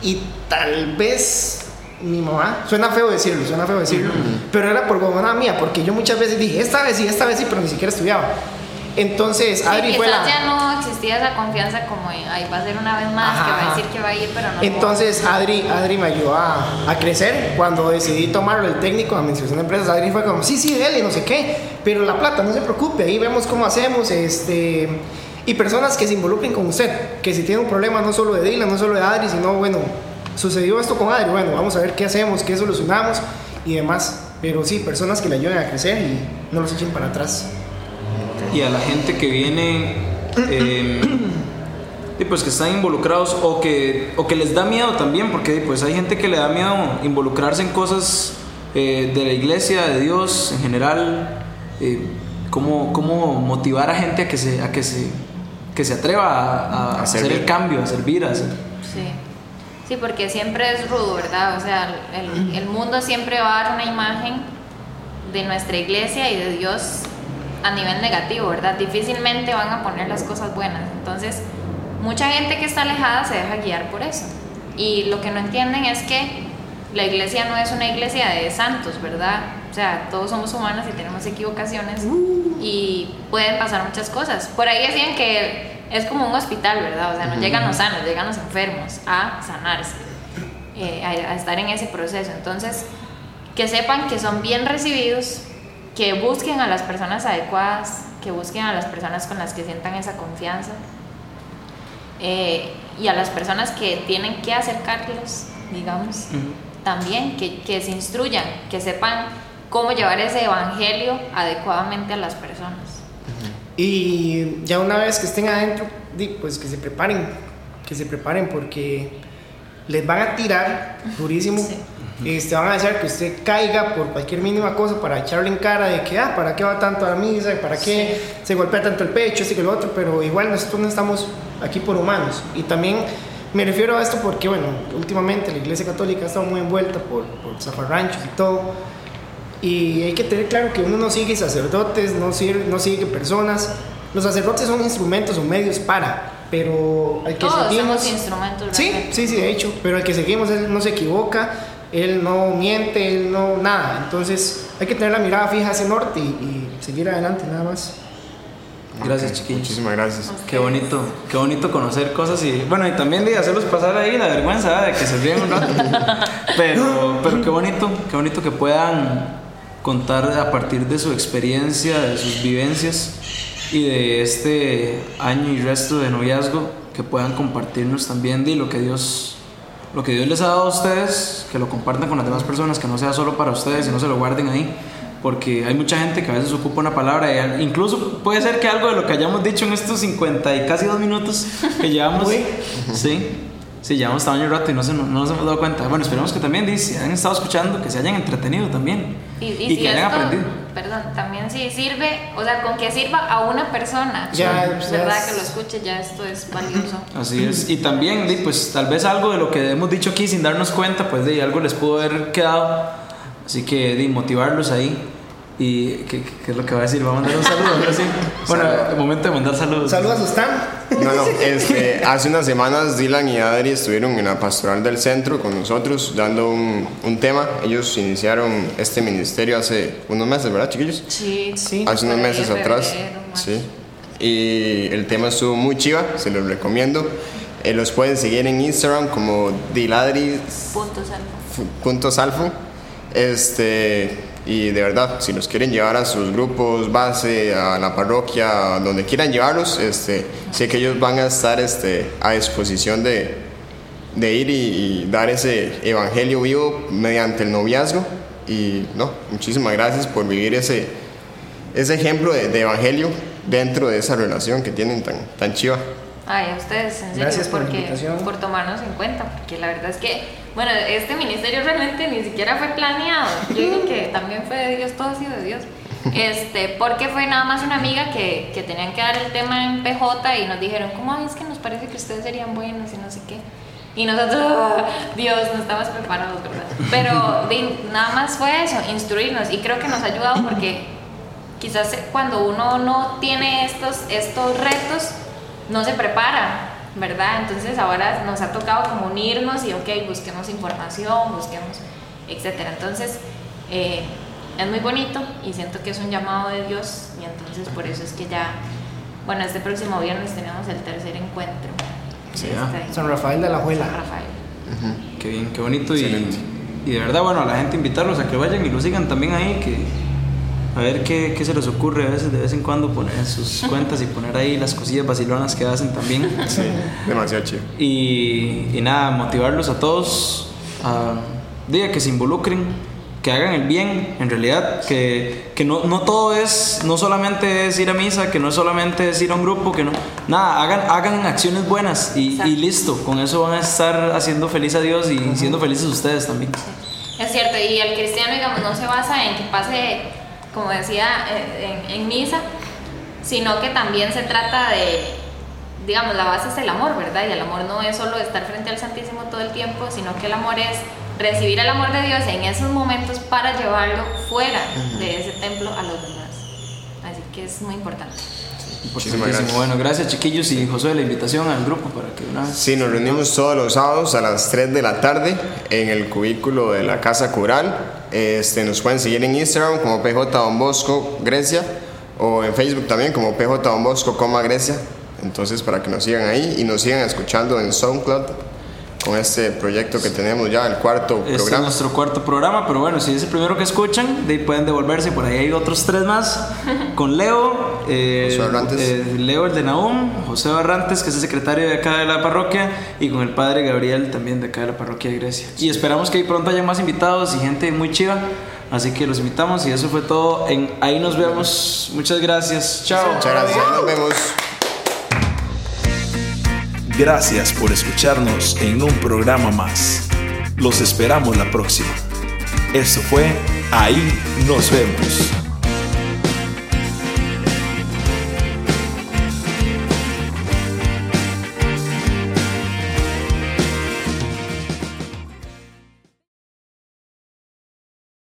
Speaker 4: y tal vez mi mamá, suena feo decirlo, suena feo decirlo, pero era por gobernada mía, porque yo muchas veces dije, esta vez sí, esta vez sí, pero ni siquiera estudiaba. Entonces,
Speaker 5: Sí,
Speaker 4: Adri fue la...
Speaker 5: quizás ya no existía esa confianza como en, ahí va a ser una vez más, que
Speaker 4: Ajá.
Speaker 5: va a decir que va a ir, pero no.
Speaker 4: Entonces Adri, Adri me ayudó a, a crecer. Cuando decidí tomarlo el técnico de administración de empresas, Adri fue como, sí, sí, dele, no sé qué, pero la plata, no se preocupe, ahí vemos cómo hacemos. Este, y personas que se involucren con usted, que si tiene un problema no solo de Dylan, no solo de Adri, sino, bueno, sucedió esto con Adri, bueno, vamos a ver qué hacemos, qué solucionamos y demás. Pero sí, personas que le ayuden a crecer y no los echen para atrás.
Speaker 2: y a la gente que viene eh, y pues que están involucrados o que, o que les da miedo también, porque pues hay gente que le da miedo involucrarse en cosas eh, de la iglesia, de Dios en general, eh, cómo, cómo motivar a gente a que se, a que se, que se atreva a, a
Speaker 3: A
Speaker 2: hacer
Speaker 3: servir.
Speaker 2: el cambio, a servir, a hacer.
Speaker 5: Sí. Sí, porque siempre es rudo, ¿verdad? O sea, el, el mundo siempre va a dar una imagen de nuestra iglesia y de Dios a nivel negativo, ¿verdad? Difícilmente van a poner las cosas buenas. Entonces, mucha gente que está alejada se deja guiar por eso. Y lo que no entienden es que la iglesia no es una iglesia de santos, ¿verdad? O sea, todos somos humanos y tenemos equivocaciones y pueden pasar muchas cosas. Por ahí decían que es como un hospital, ¿verdad? O sea, no llegan los sanos, llegan los enfermos a sanarse, eh, a- a estar en ese proceso. Entonces, que sepan que son bien recibidos, que busquen a las personas adecuadas, que busquen a las personas con las que sientan esa confianza eh, y a las personas que tienen que acercarlos, digamos, también, que, que se instruyan, que sepan cómo llevar ese evangelio adecuadamente a las personas.
Speaker 4: Y ya una vez que estén adentro, di, pues que se preparen, que se preparen porque les van a tirar durísimo.
Speaker 5: Sí.
Speaker 4: Este, van a desear que usted caiga por cualquier mínima cosa para echarle en cara de que, ah, ¿para qué va tanto a la misa? ¿Para qué se golpea tanto el pecho? Así que lo otro, pero igual nosotros no estamos aquí por humanos. Y también me refiero a esto porque, bueno, últimamente la Iglesia Católica ha estado muy envuelta por, por zafarranchos y todo. Y hay que tener claro que uno no sigue sacerdotes, no, sirve, no sigue personas. Los sacerdotes son instrumentos o medios para, pero al que
Speaker 5: Todos
Speaker 4: seguimos...
Speaker 5: somos instrumentos.
Speaker 4: Sí,
Speaker 5: realmente.
Speaker 4: sí, sí, de hecho, pero al que seguimos él no se equivoca, él no miente, él no nada. Entonces hay que tener la mirada fija hacia el norte y, y seguir adelante nada más.
Speaker 2: Gracias,
Speaker 3: Ok,
Speaker 2: chiquillos.
Speaker 3: Muchísimas gracias.
Speaker 2: Qué bonito, qué bonito conocer cosas y bueno, y también de hacerlos pasar ahí la vergüenza ¿verdad? de que se ríen un rato. Pero, pero qué bonito, qué bonito que puedan contar a partir de su experiencia, de sus vivencias y de este año y resto de noviazgo que puedan compartirnos también de lo que Dios lo que Dios les ha dado a ustedes, que lo compartan con las demás personas, que no sea solo para ustedes y no se lo guarden ahí. Porque hay mucha gente que a veces ocupa una palabra, y al- incluso puede ser que algo de lo que hayamos dicho en estos 50 y casi dos minutos que llevamos, sí, sí, llevamos tan un rato y no, se, no nos hemos dado cuenta. Bueno, esperemos que también si han estado escuchando, que se hayan entretenido también
Speaker 5: Y, y
Speaker 2: que
Speaker 5: si
Speaker 2: hayan
Speaker 5: esto,
Speaker 2: aprendido.
Speaker 5: perdón, también si sirve, o sea, con que sirva a una persona,
Speaker 4: Ya,
Speaker 5: es
Speaker 4: ya
Speaker 5: verdad
Speaker 4: es-
Speaker 5: que lo escuche, ya esto es valioso.
Speaker 2: Así es. Y también, di, pues tal vez algo de lo que hemos dicho aquí sin darnos cuenta, pues de algo les pudo haber quedado. Así que di, motivarlos ahí. ¿Y qué, qué es lo que va a decir? ¿Va a mandar un saludo? ahora sí? Bueno, momento de mandar saludos.
Speaker 4: Saludos a Stan.
Speaker 3: No, no, este, hace unas semanas Dylan y Adri estuvieron en la pastoral del centro con nosotros dando un, un tema. Ellos iniciaron este ministerio hace unos meses, ¿verdad, chiquillos?
Speaker 5: Sí,
Speaker 4: Sí.
Speaker 3: Hace unos
Speaker 5: por ahí
Speaker 3: meses
Speaker 5: en
Speaker 3: atrás.
Speaker 5: febrero, marzo.
Speaker 3: Sí. Y el tema estuvo muy chiva, se los recomiendo. Eh, los pueden seguir en Instagram como Diladris
Speaker 5: Puntos algo.
Speaker 3: puntos alfa este y de verdad si los quieren llevar a sus grupos base a la parroquia a donde quieran llevarlos este sé que ellos van a estar este a disposición de, de ir y, y dar ese evangelio vivo mediante el noviazgo y no muchísimas gracias por vivir ese ese ejemplo de, de evangelio dentro de esa relación que tienen tan tan chiva
Speaker 5: Ay, a ustedes, en serio,
Speaker 4: Gracias por la
Speaker 5: porque,
Speaker 4: invitación.
Speaker 5: por tomarnos en cuenta, porque la verdad es que, bueno, este ministerio realmente ni siquiera fue planeado. Yo digo que también fue de Dios, todo ha sido de Dios. Este, porque fue nada más una amiga que, que tenían que dar el tema en PJ y nos dijeron, ¿cómo ay, es que nos parece que ustedes serían buenos y no sé qué? Y nosotros, "Ah, Dios, no estamos preparados, ¿verdad? Pero de- nada más fue eso, instruirnos. Y creo que nos ha ayudado porque quizás eh, cuando uno no tiene estos, estos retos, no se prepara, ¿verdad? Entonces ahora nos ha tocado como unirnos y, ok, busquemos información, busquemos, etcétera. Entonces, eh, es muy bonito y siento que es un llamado de Dios y entonces por eso es que ya, bueno, este próximo viernes tenemos el tercer encuentro.
Speaker 2: Sí,
Speaker 5: Este,
Speaker 4: San Rafael de la
Speaker 5: San
Speaker 4: Juela.
Speaker 5: Rafael.
Speaker 2: Qué bien, qué bonito. Y,
Speaker 3: Excelente.
Speaker 2: y de verdad, bueno, a la gente invitarlos a que vayan y lo sigan también ahí, que a ver qué, qué se les ocurre a veces, de vez en cuando poner en sus cuentas y poner ahí las cosillas vacilonas que hacen también.
Speaker 3: sí demasiado chivo
Speaker 2: Y, y nada, motivarlos a todos a diga, que se involucren, que hagan el bien, en realidad, que, que no, no todo es, no solamente es ir a misa, que no solamente es ir a un grupo, que no, nada, hagan, hagan acciones buenas y,
Speaker 5: Exacto.
Speaker 2: y listo, con eso van a estar haciendo feliz a Dios y siendo felices ustedes también.
Speaker 5: Es cierto, y el cristiano, digamos, no se basa en que pase, como decía, eh, en, en misa, sino que también se trata de, digamos, la base es el amor, ¿verdad? Y el amor no es solo estar frente al Santísimo todo el tiempo, sino que el amor es recibir el amor de Dios en esos momentos para llevarlo fuera de ese templo a los demás. Así que es muy importante.
Speaker 3: Muchísimas
Speaker 2: Importantísimo.
Speaker 3: gracias.
Speaker 2: Bueno, gracias chiquillos y José, la invitación al grupo para que una vez-
Speaker 3: Sí, nos reunimos todos los sábados a las 3 de la tarde en el cubículo de la Casa Cural. Este, nos pueden seguir en Instagram como PJ Don Bosco Grecia o en Facebook también como PJ Don Bosco, coma, Grecia. Entonces, para que nos sigan ahí y nos sigan escuchando en SoundCloud con este proyecto que tenemos ya, el cuarto
Speaker 2: Este es
Speaker 3: programa.
Speaker 2: nuestro cuarto programa, pero bueno, si es el primero que escuchan, de ahí pueden devolverse. Por ahí hay otros tres más. Con Leo, eh,
Speaker 3: José Barrantes.
Speaker 2: eh, Leo el de Nahum, José Barrantes, que es el secretario de acá de la parroquia, y con el padre Gabriel también de acá de la parroquia de Grecia. Y esperamos que ahí pronto haya más invitados y gente muy chiva. Así que los invitamos y eso fue todo. En ahí nos vemos. Muchas gracias. Chao.
Speaker 3: Muchas gracias, nos vemos.
Speaker 1: Gracias por escucharnos en un programa más. Los esperamos la próxima. Eso fue Ahí nos vemos.